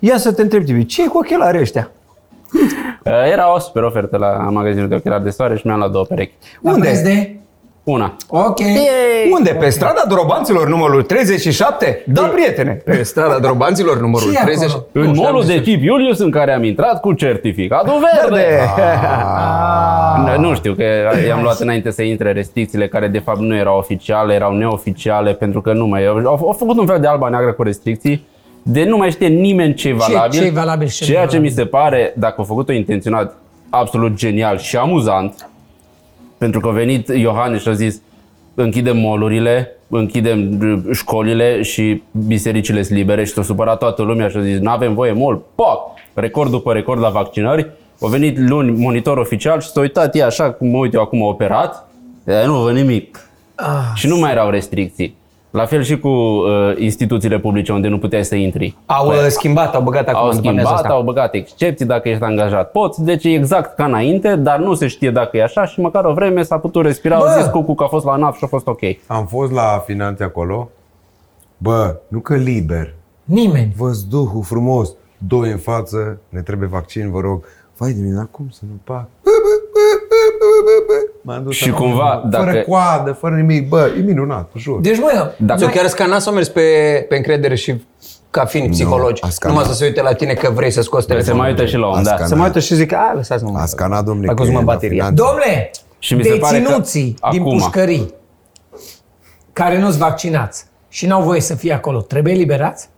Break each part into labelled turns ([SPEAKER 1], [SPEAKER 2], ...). [SPEAKER 1] Ia să te întreb, Tibi, ce e cu ochelarii ăștia?
[SPEAKER 2] Eh, Era o super ofertă la magazinul de ochelari de soare și mi-am luat două perechi.
[SPEAKER 3] La
[SPEAKER 1] Unde?
[SPEAKER 3] preț de?
[SPEAKER 2] Una.
[SPEAKER 3] Ok.
[SPEAKER 1] Unde? Pe strada Drobanților numărul 37? Da, prietene! Pe strada Drobanților numărul
[SPEAKER 3] Ce e
[SPEAKER 1] 30.
[SPEAKER 3] acolo?
[SPEAKER 2] În molul de tip Iulius în care am intrat cu certificatul verde.
[SPEAKER 1] Verde!
[SPEAKER 3] Ah!
[SPEAKER 2] Nu- Nu știu, că i-am luat înainte să intre restricțiile care de fapt nu erau oficiale, erau neoficiale, pentru că nu mai... Au, au făcut un fel de alba neagră cu restricții, de nu mai știe nimeni ce e valabil.
[SPEAKER 3] ce-i valabil și ce nu e
[SPEAKER 2] Ceea ce mi
[SPEAKER 3] valabil.
[SPEAKER 2] se pare, dacă au făcut-o intenționat, absolut genial și amuzant, pentru că a venit Iohannis și a zis închidem molurile, închidem uh, școlile și bisericile sunt libere și s-a supărat toată lumea și a zis nu avem voie mol, poc! Record după record la vaccinări. A venit luni monitor oficial și s-a uitat ea așa cum mă uit eu acum operat, dar nu văd nimic. Ah, și nu mai erau restricții. La fel și cu uh, instituțiile publice unde nu puteai să intri.
[SPEAKER 1] Au uh, schimbat, au băgat acum
[SPEAKER 2] Au
[SPEAKER 1] după amiaza
[SPEAKER 2] schimbat,
[SPEAKER 1] asta.
[SPEAKER 2] au băgat excepții dacă ești angajat. Poți, deci e exact ca înainte, dar nu se știe dacă e așa și măcar o vreme s-a putut respira. Au
[SPEAKER 3] Bă!
[SPEAKER 2] zis Cucu că a fost la NAF și a fost ok.
[SPEAKER 4] Am fost la finanțe acolo. Bă, nu că liber.
[SPEAKER 3] Nimeni.
[SPEAKER 4] Văzduhul frumos. Doi în față, ne trebuie vaccin, vă rog. Vai de mine, dar cum să nu pac? M-am dus
[SPEAKER 2] Și
[SPEAKER 4] acolo.
[SPEAKER 2] cumva,
[SPEAKER 4] Fără
[SPEAKER 2] dacă-
[SPEAKER 4] coadă, fără nimic. Bă, e minunat, jur.
[SPEAKER 3] Deci, mă,
[SPEAKER 2] Dacă
[SPEAKER 5] Sau chiar Scanas a mers pe, pe încredere și ca fiind psihologi.
[SPEAKER 4] a scanat.
[SPEAKER 5] Numai să se uite la tine că vrei să scoți
[SPEAKER 2] se
[SPEAKER 5] telefonul.
[SPEAKER 2] mai uită și la un
[SPEAKER 4] Asta
[SPEAKER 2] dat.
[SPEAKER 4] ca-
[SPEAKER 5] Să mai uită și zic, a, lăsați-mă. mă."
[SPEAKER 4] A scanat, domnule,
[SPEAKER 5] A consumat
[SPEAKER 1] da,
[SPEAKER 4] client la
[SPEAKER 5] bateria.
[SPEAKER 4] finanțe.
[SPEAKER 3] domnule,
[SPEAKER 2] Și mi se pare că
[SPEAKER 3] deținuții din
[SPEAKER 2] acum-
[SPEAKER 3] pușcării care nu-s vaccinați și n-au voie să fie acolo, trebuie eliberați?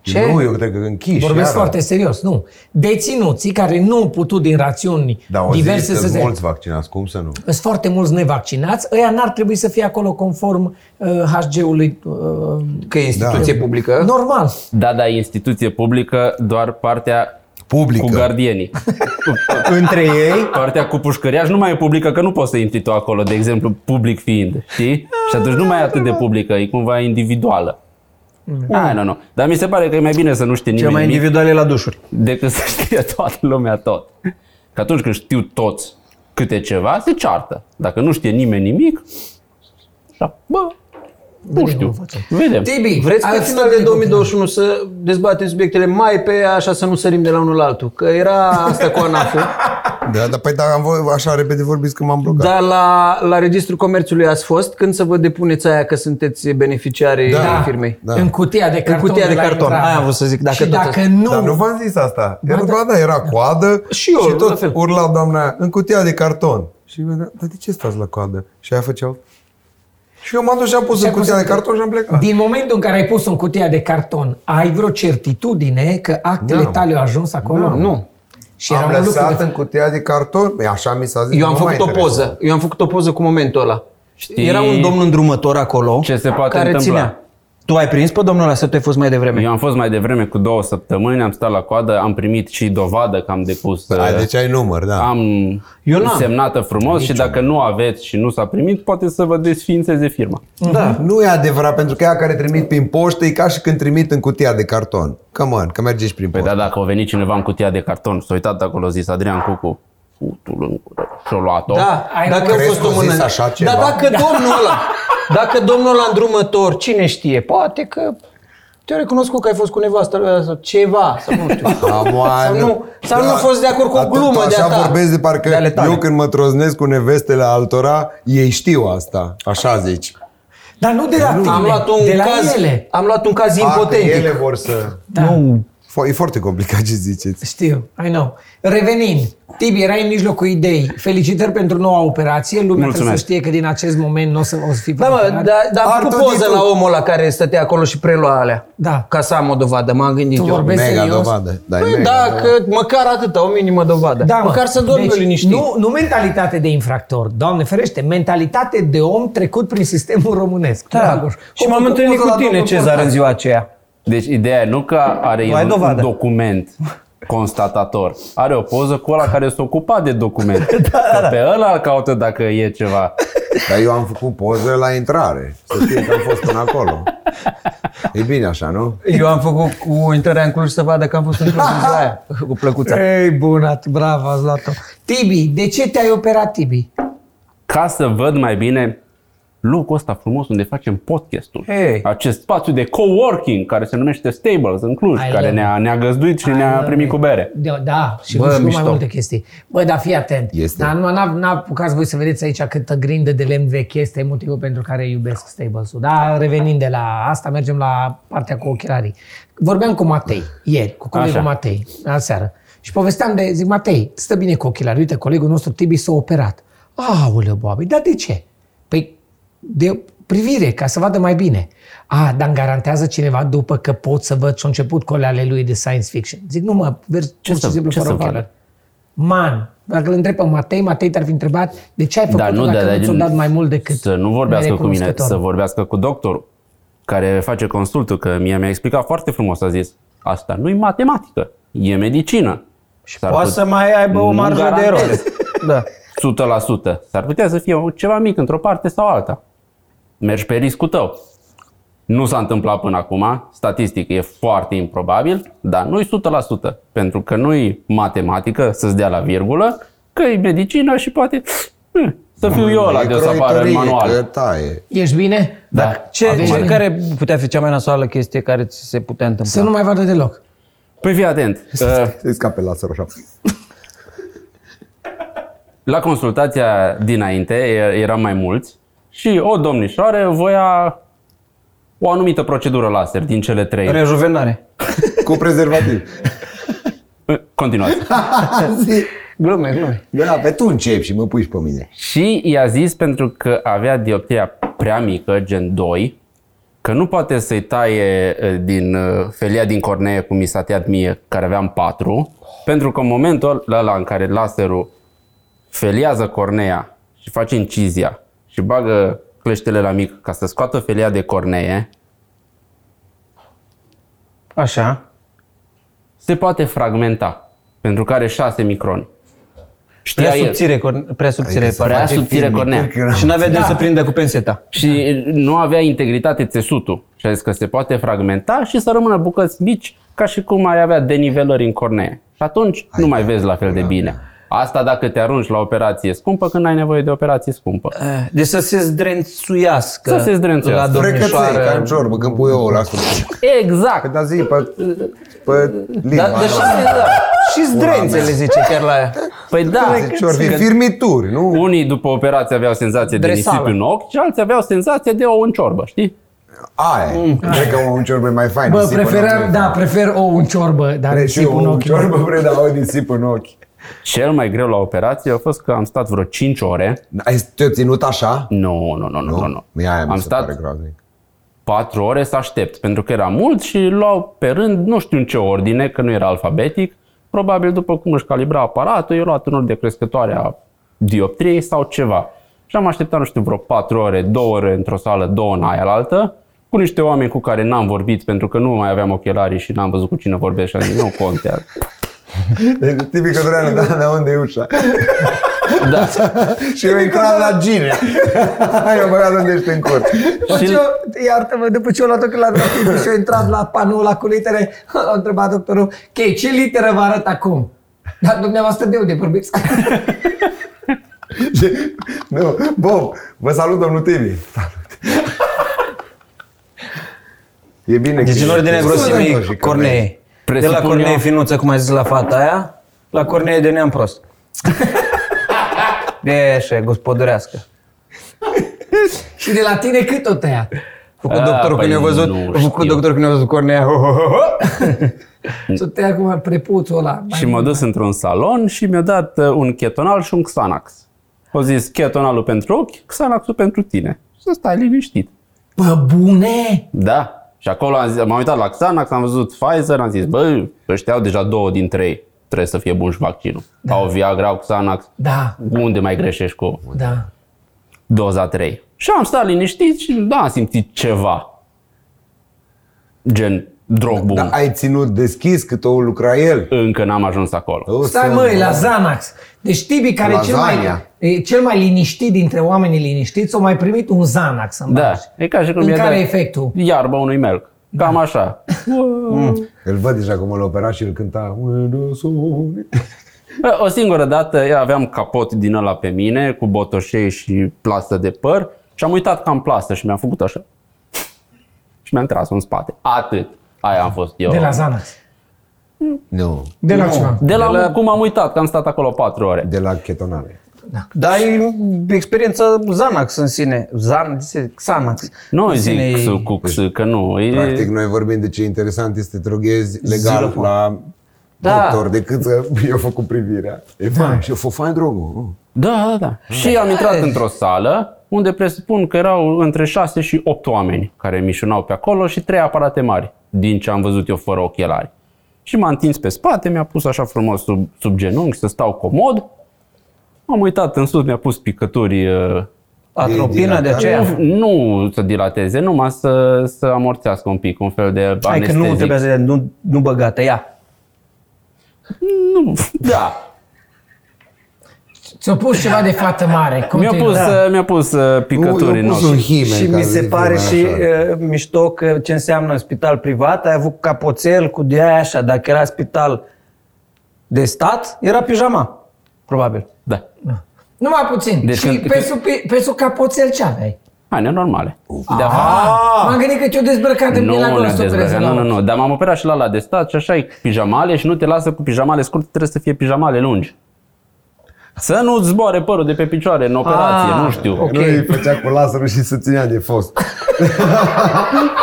[SPEAKER 5] Ce?
[SPEAKER 4] Nu, eu cred că închiși.
[SPEAKER 3] Vorbesc
[SPEAKER 4] iară.
[SPEAKER 3] foarte serios, nu. Deținuții care nu au putut din rațiuni
[SPEAKER 4] Da, o
[SPEAKER 3] diverse
[SPEAKER 4] zi,
[SPEAKER 3] să
[SPEAKER 4] sunt
[SPEAKER 3] se...
[SPEAKER 4] mulți vaccinați, cum să nu?
[SPEAKER 3] Sunt foarte mulți nevaccinați, ăia n-ar trebui să fie acolo conform uh, HG-ului uh,
[SPEAKER 5] Că e instituție
[SPEAKER 4] Da.
[SPEAKER 5] publică.
[SPEAKER 3] normal.
[SPEAKER 2] Da, da, e instituție publică, doar partea
[SPEAKER 4] Publică.
[SPEAKER 2] cu gardienii.
[SPEAKER 1] Între ei,
[SPEAKER 2] partea cu pușcăriaș nu mai e publică, că nu poți să intri tu acolo, de exemplu, public fiind, știi? Și atunci nu mai e atât de publică, e cumva individuală. Ah, nu, nu. Dar mi se pare că e mai bine să nu știe
[SPEAKER 5] Cel
[SPEAKER 2] nimeni
[SPEAKER 5] mai
[SPEAKER 2] nimic
[SPEAKER 5] individual e la dușuri.
[SPEAKER 2] decât să știe toată lumea tot. Că atunci când știu toți câte ceva, se ceartă. Dacă nu știe nimeni nimic, da, bă, nu știu. Vedem.
[SPEAKER 3] Tibi,
[SPEAKER 5] Vreți ca
[SPEAKER 3] ai
[SPEAKER 5] în
[SPEAKER 3] fost
[SPEAKER 5] final de
[SPEAKER 3] din
[SPEAKER 5] 2021 să dezbatem subiectele mai pe așa să nu sărim de la unul la altul? Că era asta cu anaf
[SPEAKER 4] Da, dar păi da, am vor, așa repede vorbiți că m-am blocat.
[SPEAKER 5] dar la, la Registrul Comerțului ați fost când să vă depuneți aia că sunteți beneficiari
[SPEAKER 4] Da.
[SPEAKER 5] da.
[SPEAKER 3] Da,
[SPEAKER 5] firmei?
[SPEAKER 4] Da.
[SPEAKER 3] În cutia de carton.
[SPEAKER 5] cutia de
[SPEAKER 3] la
[SPEAKER 5] carton.
[SPEAKER 3] intrare.
[SPEAKER 5] Aia am vrut să zic, dacă
[SPEAKER 3] și
[SPEAKER 5] tot
[SPEAKER 3] dacă
[SPEAKER 5] asta-
[SPEAKER 3] nu,
[SPEAKER 4] Dar nu v-am zis asta. Era, ba, da, era coadă
[SPEAKER 5] Și eu,
[SPEAKER 4] și
[SPEAKER 5] la
[SPEAKER 4] tot
[SPEAKER 5] fel.
[SPEAKER 4] urla doamna aia, în cutia de carton. Și eu vedeam, dar de ce stați la coadă? Și aia făceau. Și eu m-am dus și am pus în cutia de carton și am plecat.
[SPEAKER 3] din momentul în care ai pus în cutia de carton, ai vreo certitudine că actele
[SPEAKER 4] Nu.
[SPEAKER 3] tale au ajuns acolo?
[SPEAKER 5] Da, Nu.
[SPEAKER 3] Și era
[SPEAKER 4] am
[SPEAKER 3] un lucru
[SPEAKER 4] lăsat
[SPEAKER 3] de...
[SPEAKER 4] în cutia de carton, Băi, așa mi s-a zis.
[SPEAKER 5] Eu am
[SPEAKER 4] nu
[SPEAKER 5] făcut
[SPEAKER 4] m-a
[SPEAKER 5] o
[SPEAKER 4] interesat.
[SPEAKER 5] poză. Eu am făcut o poză cu momentul ăla. Era un domn îndrumător acolo
[SPEAKER 2] ce se poate
[SPEAKER 5] care
[SPEAKER 2] întâmpla?
[SPEAKER 5] ținea. Tu ai prins pe domnul ăla să tu ai fost mai devreme?
[SPEAKER 2] Eu am fost mai devreme cu două săptămâni, am stat la coadă, am primit și dovadă că am depus...
[SPEAKER 4] Ai,
[SPEAKER 2] uh,
[SPEAKER 4] deci ai număr, da.
[SPEAKER 2] am
[SPEAKER 5] Eu n-am.
[SPEAKER 2] semnată frumos și dacă nu aveți și nu s-a primit, poate să vă desființeze firma.
[SPEAKER 4] Da. Nu e adevărat, pentru că ea care trimit prin poștă e ca și când trimit în cutia de carton. Come on, că merge și prin
[SPEAKER 2] Păi
[SPEAKER 4] poștă.
[SPEAKER 2] da, dacă a venit cineva în cutia de carton, s-a uitat acolo, a zis Adrian Cucu, putul în cură, și-a luat-o.
[SPEAKER 5] Da,
[SPEAKER 3] Ai
[SPEAKER 5] dacă a
[SPEAKER 3] crezi
[SPEAKER 5] fost
[SPEAKER 4] că
[SPEAKER 5] o
[SPEAKER 4] au zis
[SPEAKER 5] mână.
[SPEAKER 4] așa ceva?
[SPEAKER 5] Dar dacă domnul ăla, dacă domnul ăla îndrumător, cine știe, poate că te-a recunoscut că ai fost cu nevastă lui sau ceva, sau nu știu.
[SPEAKER 4] Amoan.
[SPEAKER 5] Sau nu- sau nu a fost de acord cu o
[SPEAKER 4] Dar tu- tu
[SPEAKER 5] glumă de-a
[SPEAKER 4] da. Așa
[SPEAKER 5] ta.
[SPEAKER 4] vorbesc de parcă
[SPEAKER 5] De ale tale.
[SPEAKER 4] eu când mă troznesc cu nevestele altora, ei știu asta. Așa zici.
[SPEAKER 3] Dar nu de la tine,
[SPEAKER 5] Am luat un
[SPEAKER 3] de la
[SPEAKER 5] caz,
[SPEAKER 3] ele.
[SPEAKER 5] am luat un caz
[SPEAKER 4] A, că
[SPEAKER 5] impotentic.
[SPEAKER 4] ele vor să...
[SPEAKER 3] Da. Nu.
[SPEAKER 4] Fo- E foarte complicat ce ziceți.
[SPEAKER 3] Știu, I know. Revenind, Tibi, erai în mijlocul idei. Felicitări pentru noua operație. Lumea trebuie
[SPEAKER 2] Mulțumesc.
[SPEAKER 3] să știe că din acest moment nu o să, o să fii
[SPEAKER 5] Da, mă,
[SPEAKER 3] operat.
[SPEAKER 5] dar da, am făcut
[SPEAKER 4] Artur
[SPEAKER 5] poză
[SPEAKER 4] Ditu.
[SPEAKER 5] la omul ăla care stătea acolo și prelua alea.
[SPEAKER 3] Da.
[SPEAKER 5] Ca să am o dovadă, m-am gândit
[SPEAKER 3] Tu
[SPEAKER 5] eu.
[SPEAKER 3] vorbești
[SPEAKER 4] Mega
[SPEAKER 3] serios?
[SPEAKER 4] dovadă. Da, e
[SPEAKER 5] Păi,
[SPEAKER 4] mega
[SPEAKER 5] dacă măcar atâta, o minimă dovadă.
[SPEAKER 3] Da, mă.
[SPEAKER 5] măcar să dormi deci, liniștit.
[SPEAKER 3] Nu, nu mentalitate de infractor, doamne ferește, mentalitate de om trecut prin sistemul românesc.
[SPEAKER 5] da.
[SPEAKER 3] Dragoș.
[SPEAKER 5] Și
[SPEAKER 3] O
[SPEAKER 5] m-am
[SPEAKER 3] făcut
[SPEAKER 5] întâlnit cu
[SPEAKER 3] poză la
[SPEAKER 5] tine,
[SPEAKER 3] domnul
[SPEAKER 5] Cezar, în
[SPEAKER 3] Portaru.
[SPEAKER 5] ziua aceea.
[SPEAKER 2] Deci ideea e nu că are
[SPEAKER 5] ai
[SPEAKER 2] el un,
[SPEAKER 5] dovadă.
[SPEAKER 2] un document constatator. Are o poză cu ăla care s-a ocupat de document. da, da, da. Pe ăla îl caută dacă e ceva.
[SPEAKER 4] Dar eu am făcut poză la intrare. Să știi că am fost până acolo. E bine așa, nu?
[SPEAKER 5] Eu am făcut cu intrarea în Cluj să vadă că am fost în Cluj în ziua aia, cu plăcuța.
[SPEAKER 3] Ei, bună, bravo, ați luat-o. Tibi, de ce te-ai operat, Tibi?
[SPEAKER 2] Ca să văd mai bine locul ăsta frumos unde facem podcastul.
[SPEAKER 6] Hey.
[SPEAKER 2] Acest spațiu de coworking care se numește Stables în Cluj,
[SPEAKER 3] I
[SPEAKER 2] care
[SPEAKER 3] love
[SPEAKER 2] ne-a, ne-a găzduit și
[SPEAKER 3] Hai,
[SPEAKER 2] ne-a
[SPEAKER 3] bă,
[SPEAKER 2] primit cu bere.
[SPEAKER 3] Da, da și
[SPEAKER 1] Bă,
[SPEAKER 3] Bă, nu mai
[SPEAKER 1] mișto.
[SPEAKER 3] multe chestii. Bă, dar fii atent.
[SPEAKER 1] Este.
[SPEAKER 3] Dar nu n apucați voi să vedeți aici câtă grindă de lemn vechi este, e motivul pentru care iubesc Stables-ul. Dar revenind de la asta, mergem la partea cu ochelarii. Vorbeam cu Matei ieri, cu colegul
[SPEAKER 2] Așa.
[SPEAKER 3] Matei, aseară. Și povesteam de, zic, Matei, stă bine cu ochelarii. Uite, colegul nostru Tibi s-a operat. Aoleu, Boabe, dar de ce? Păi, de privire, ca să vadă mai bine. A, dar îmi garantează cineva după că pot să văd ce-a început cu alea ale lui de science fiction. Zic, nu mă, vezi,
[SPEAKER 2] Ce
[SPEAKER 3] pur și
[SPEAKER 2] să-
[SPEAKER 3] simplu
[SPEAKER 2] ce
[SPEAKER 3] fără
[SPEAKER 2] să
[SPEAKER 3] o valoare.
[SPEAKER 2] chelă?
[SPEAKER 3] Man, dacă îl întreb pe Matei, Matei te-ar fi întrebat de ce ai făcut
[SPEAKER 2] Dar nu,
[SPEAKER 3] dacă
[SPEAKER 2] da, da,
[SPEAKER 3] nu ți-o dat mai mult decât
[SPEAKER 2] Să nu vorbească cu mine,
[SPEAKER 3] nerecunoscător?
[SPEAKER 2] să vorbească cu doctorul care face consultul, că mie mi-a explicat foarte frumos, a zis, asta nu e matematică, e medicină. Și
[SPEAKER 6] Poate să mai aibă o
[SPEAKER 2] Nu
[SPEAKER 6] marjă de
[SPEAKER 2] garantez.
[SPEAKER 6] eroare. Da.
[SPEAKER 2] 100%. S-ar putea să fie o- ceva mic într-o parte sau alta. Mergi pe riscul tău. Nu s-a întâmplat până acum, statistic e foarte improbabil, dar nu-i 100%, pentru că nu-i matematică să-ți dea la virgulă, că e medicină și poate eh, să fiu eu ăla de o să apară în manual.
[SPEAKER 4] Că taie.
[SPEAKER 3] Ești bine? deci,
[SPEAKER 2] Da.
[SPEAKER 6] Ce,
[SPEAKER 3] Aveți
[SPEAKER 6] ce,
[SPEAKER 3] bani?
[SPEAKER 6] care putea fi cea mai nasoală chestie care ți se putea întâmpla?
[SPEAKER 3] Să nu mai vadă deloc.
[SPEAKER 2] Păi fii atent. Uh,
[SPEAKER 4] Să-i scape laserul așa.
[SPEAKER 2] La consultația dinainte e- eram mai mulți și o domnișoară voia o anumită procedură laser din cele trei.
[SPEAKER 6] Rejuvenare.
[SPEAKER 4] Cu prezervativ.
[SPEAKER 2] Eh, Continuați.
[SPEAKER 4] Zi.
[SPEAKER 6] Glume, glume.
[SPEAKER 4] Da, pe tu începi și mă pui și pe mine.
[SPEAKER 2] Și i-a zis pentru că avea dioptria prea mică, gen 2, că nu poate să-i taie eh, din eh, felia din cornee cum mi s-a tăiat mie, care aveam 4, pentru că în momentul ăla în care laserul feliază cornea și face incizia și bagă cleștele la mic ca să scoată felia de cornee,
[SPEAKER 6] Așa.
[SPEAKER 2] se poate fragmenta, pentru că are 6 microni. Știa
[SPEAKER 6] Prea
[SPEAKER 2] el.
[SPEAKER 6] subțire, corne- prea subțire. pare. Adică
[SPEAKER 2] Prea
[SPEAKER 4] face
[SPEAKER 2] subțire
[SPEAKER 4] filmic,
[SPEAKER 2] cornea.
[SPEAKER 4] că era-
[SPEAKER 6] Și n-avea de să prindă cu penseta.
[SPEAKER 2] Și
[SPEAKER 4] Da.
[SPEAKER 2] nu avea integritate țesutul. Și a zis că se poate fragmenta și să rămână bucăți mici, ca și cum ai avea denivelări în cornee. Și atunci nu mai vezi la fel
[SPEAKER 4] da.
[SPEAKER 2] de bine. Asta dacă te arunci la operație scumpă când ai nevoie de operație scumpă.
[SPEAKER 6] Eh, Deci să se zdrențuiască.
[SPEAKER 2] Să se zdrențuiască.
[SPEAKER 6] La
[SPEAKER 4] Frecăței, ca
[SPEAKER 6] domnișoară.
[SPEAKER 4] în ciorbă, când pui ouă la suc.
[SPEAKER 2] Exact!
[SPEAKER 4] Dar zi, pe, pe limba.
[SPEAKER 6] Da, deci, da, și zdrențele zice chiar la aia.
[SPEAKER 2] Păi da,
[SPEAKER 4] Ciorvi, firmituri, nu?
[SPEAKER 2] unii după operație aveau senzație de
[SPEAKER 6] Dresală.
[SPEAKER 2] nisip în ochi și alții aveau senzație de o în ciorbă, știi?
[SPEAKER 4] Aia. Cred că un ciorbă e mai fain.
[SPEAKER 3] Bă,
[SPEAKER 4] nisip în ochi
[SPEAKER 3] preferam,
[SPEAKER 4] e
[SPEAKER 3] da,
[SPEAKER 4] fain.
[SPEAKER 3] prefer o în ciorbă, dar
[SPEAKER 4] Pre- și
[SPEAKER 3] nisip în
[SPEAKER 4] un
[SPEAKER 3] ochi.
[SPEAKER 4] ciorbă, bre, da, o nisip în ochi.
[SPEAKER 2] Cel mai greu la operație a fost că am stat vreo 5 ore.
[SPEAKER 4] Da, Ai te-o ținut așa?
[SPEAKER 2] Nu, nu, nu, nu, nu. nu.
[SPEAKER 4] Mi aia
[SPEAKER 2] am
[SPEAKER 4] mi se pare
[SPEAKER 2] stat
[SPEAKER 4] groaznic.
[SPEAKER 2] 4 ore să aștept, pentru că era mult și luau pe rând, nu știu în ce ordine, că nu era alfabetic. Probabil după cum își calibra aparatul, eu luat în ordine crescătoare a dioptriei sau ceva. Și am așteptat, nu știu, vreo 4 ore, 2 ore într-o sală, 2 în aia la altă, cu niște oameni cu care n-am vorbit pentru că nu mai aveam ochelarii și n-am văzut cu cine vorbesc și am zis, nu contează.
[SPEAKER 4] Deci, tipică Doreanu, da, da, unde e ușa?
[SPEAKER 2] Da.
[SPEAKER 4] și eu intrat la gine. eu băgat unde ești în cur.
[SPEAKER 2] Și-
[SPEAKER 3] Și... Iartă-mă, după ce au luat-o că la rapid și au intrat la panoul la cu litere, a întrebat doctorul, ok, ce literă vă arăt acum? Dar dumneavoastră de unde vorbiți?
[SPEAKER 4] Și- nu, Bob, vă salut, domnul Tibi. Salut. E bine
[SPEAKER 6] Deci în ordinea grosimii,
[SPEAKER 4] Cornei.
[SPEAKER 6] Cornee. De la
[SPEAKER 2] Presupun
[SPEAKER 6] Cornee
[SPEAKER 2] eu-
[SPEAKER 6] finuță, cum ai zis la fata aia, la Cornee de neam prost. De aia așa, gospodărească.
[SPEAKER 3] și de la tine cât o tăia?
[SPEAKER 6] Făcut
[SPEAKER 2] Ah,
[SPEAKER 6] doctorul
[SPEAKER 2] păi
[SPEAKER 6] când i-a văzut,
[SPEAKER 2] nu
[SPEAKER 6] făcut
[SPEAKER 2] știu.
[SPEAKER 6] doctorul când i-a văzut Cornea. ho, ho, ho, ho.
[SPEAKER 3] Să tăia acum prepuțul ăla. mai-
[SPEAKER 2] Și m-a dus într-un salon și mi-a dat uh, un chetonal și un Xanax. O zis chetonalul pentru ochi, Xanaxul pentru tine. Să stai liniștit.
[SPEAKER 3] Bă, bune!
[SPEAKER 2] Da. Și acolo am zis, m-am uitat la Xanax, am văzut Pfizer, am zis, bă, ăștia au deja două din trei. Trebuie să fie bun și vaccinul. Da. Au Viagra, au Xanax.
[SPEAKER 3] Da,
[SPEAKER 2] Unde mai greșești cu
[SPEAKER 3] da.
[SPEAKER 2] doza 3? Și am stat liniștit și da, am simțit ceva. Gen drog bun.
[SPEAKER 4] Da, ai ținut deschis cât o lucra el.
[SPEAKER 2] Încă n-am ajuns acolo.
[SPEAKER 4] O
[SPEAKER 3] Stai
[SPEAKER 4] să-
[SPEAKER 3] măi, la Zanax. Deci Tibi, care e cel mai,
[SPEAKER 4] Lasagna.
[SPEAKER 3] e cel mai liniștit dintre oamenii liniștiți, o mai primit un Zanax în
[SPEAKER 2] Da,
[SPEAKER 3] bagaj.
[SPEAKER 2] e ca și cum
[SPEAKER 3] În
[SPEAKER 2] i-a
[SPEAKER 3] care
[SPEAKER 2] dat
[SPEAKER 3] efectul?
[SPEAKER 2] Iarba unui melc. Cam așa.
[SPEAKER 4] Îl văd deja cum îl opera și îl cânta. When the sun-
[SPEAKER 2] Bă, O singură dată eu aveam capot din ăla pe mine, cu botoșei și plasă de păr Și am uitat că am plasă și mi-am făcut așa. Și mi-am tras-o în spate. Atât. Aia am fost eu.
[SPEAKER 3] De la Zanax.
[SPEAKER 4] Nu.
[SPEAKER 3] De la ceva.
[SPEAKER 2] De la, de la... cum am uitat, că am stat acolo patru ore.
[SPEAKER 4] De la chetonare.
[SPEAKER 6] Dar e experiența Xanax în sine. Xan, Xanax.
[SPEAKER 2] Nu
[SPEAKER 6] În sine
[SPEAKER 2] zic
[SPEAKER 6] e-
[SPEAKER 2] su- cu su- că nu. E,
[SPEAKER 4] Practic, noi vorbim de ce interesant este să te droghezi legal
[SPEAKER 6] Zero.
[SPEAKER 4] la
[SPEAKER 6] Da.
[SPEAKER 4] doctor, decât să eu fac cu privirea. E fain, și eu fac fain drogul. nu?
[SPEAKER 2] Da, da, da. Și am intrat într-o sală unde presupun că erau între 6 și 8 oameni care mișunau pe acolo și trei aparate mari, din ce am văzut eu fără ochelari. Și m-a întins pe spate, mi-a pus așa frumos sub, sub genunchi să stau comod. M-am uitat în sus, mi-a pus picături, uh,
[SPEAKER 6] Atropina de aceea.
[SPEAKER 2] nu să dilateze, numai să, să amorțească un pic, un fel de
[SPEAKER 6] Hai că
[SPEAKER 2] anestezic.
[SPEAKER 6] nu trebuie să nu, nu băgată, ia.
[SPEAKER 2] Da,
[SPEAKER 3] Ți-a pus ceva de fată mare. Cum
[SPEAKER 2] mi-a
[SPEAKER 3] te-
[SPEAKER 2] pus,
[SPEAKER 6] da.
[SPEAKER 2] uh, mi-a pus uh, picături în
[SPEAKER 4] Eu pus
[SPEAKER 2] ochi.
[SPEAKER 4] un himen
[SPEAKER 6] și
[SPEAKER 4] ca
[SPEAKER 6] mi
[SPEAKER 4] să
[SPEAKER 6] se
[SPEAKER 4] zic
[SPEAKER 6] pare
[SPEAKER 4] lumea
[SPEAKER 6] și
[SPEAKER 4] așa.
[SPEAKER 6] uh, mișto că ce înseamnă spital privat, ai avut capoțel cu de aia așa, dacă era spital de stat, era pijama, probabil.
[SPEAKER 2] Da,
[SPEAKER 3] Numai puțin.
[SPEAKER 2] Deci
[SPEAKER 3] și
[SPEAKER 2] când-
[SPEAKER 3] pe, sub, pe, pe sub capoțel ce aveai?
[SPEAKER 2] haine normale. De
[SPEAKER 3] M-am gândit că te-o dezbrăcat de
[SPEAKER 2] Nu,
[SPEAKER 3] la
[SPEAKER 2] nu,
[SPEAKER 3] gol să o
[SPEAKER 2] dezbrăcat,
[SPEAKER 3] crezi.
[SPEAKER 2] nu, nu, nu, dar m-am operat și la la de stat și așa e pijamale și nu te lasă cu pijamale scurte, trebuie să fie pijamale lungi. Să nu zboare părul de pe picioare în operație,
[SPEAKER 6] Ah,
[SPEAKER 2] nu știu.
[SPEAKER 6] ok.
[SPEAKER 4] Nu îi făcea cu laserul și să ținea de fost.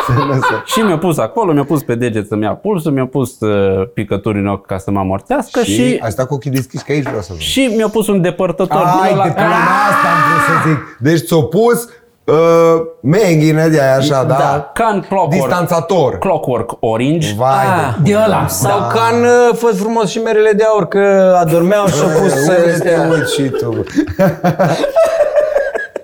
[SPEAKER 4] Se lăsă.
[SPEAKER 2] Și mi-a pus acolo, mi-a pus pe deget să-mi ia pulsul, mi-a pus uh, picături în ochi ca să mă amortească și,
[SPEAKER 4] și
[SPEAKER 2] și,
[SPEAKER 4] ai stat cu ochii deschiși, că aici vreau să vă.
[SPEAKER 2] și mi-a pus un depărtător.
[SPEAKER 4] Ai,
[SPEAKER 2] din ăla-
[SPEAKER 4] de până asta am vrut să zic. Deci ți-o pus uh, menghină de aia așa, da?
[SPEAKER 2] da, ca în clockwork,
[SPEAKER 4] Distanțator.
[SPEAKER 2] clockwork orange.
[SPEAKER 4] Vai de...
[SPEAKER 3] De ăla.
[SPEAKER 6] Sau da. ca în uh, fă frumos și merele de aur, că adormeau și au pus
[SPEAKER 4] Uite,
[SPEAKER 6] să
[SPEAKER 4] te uiți și tu.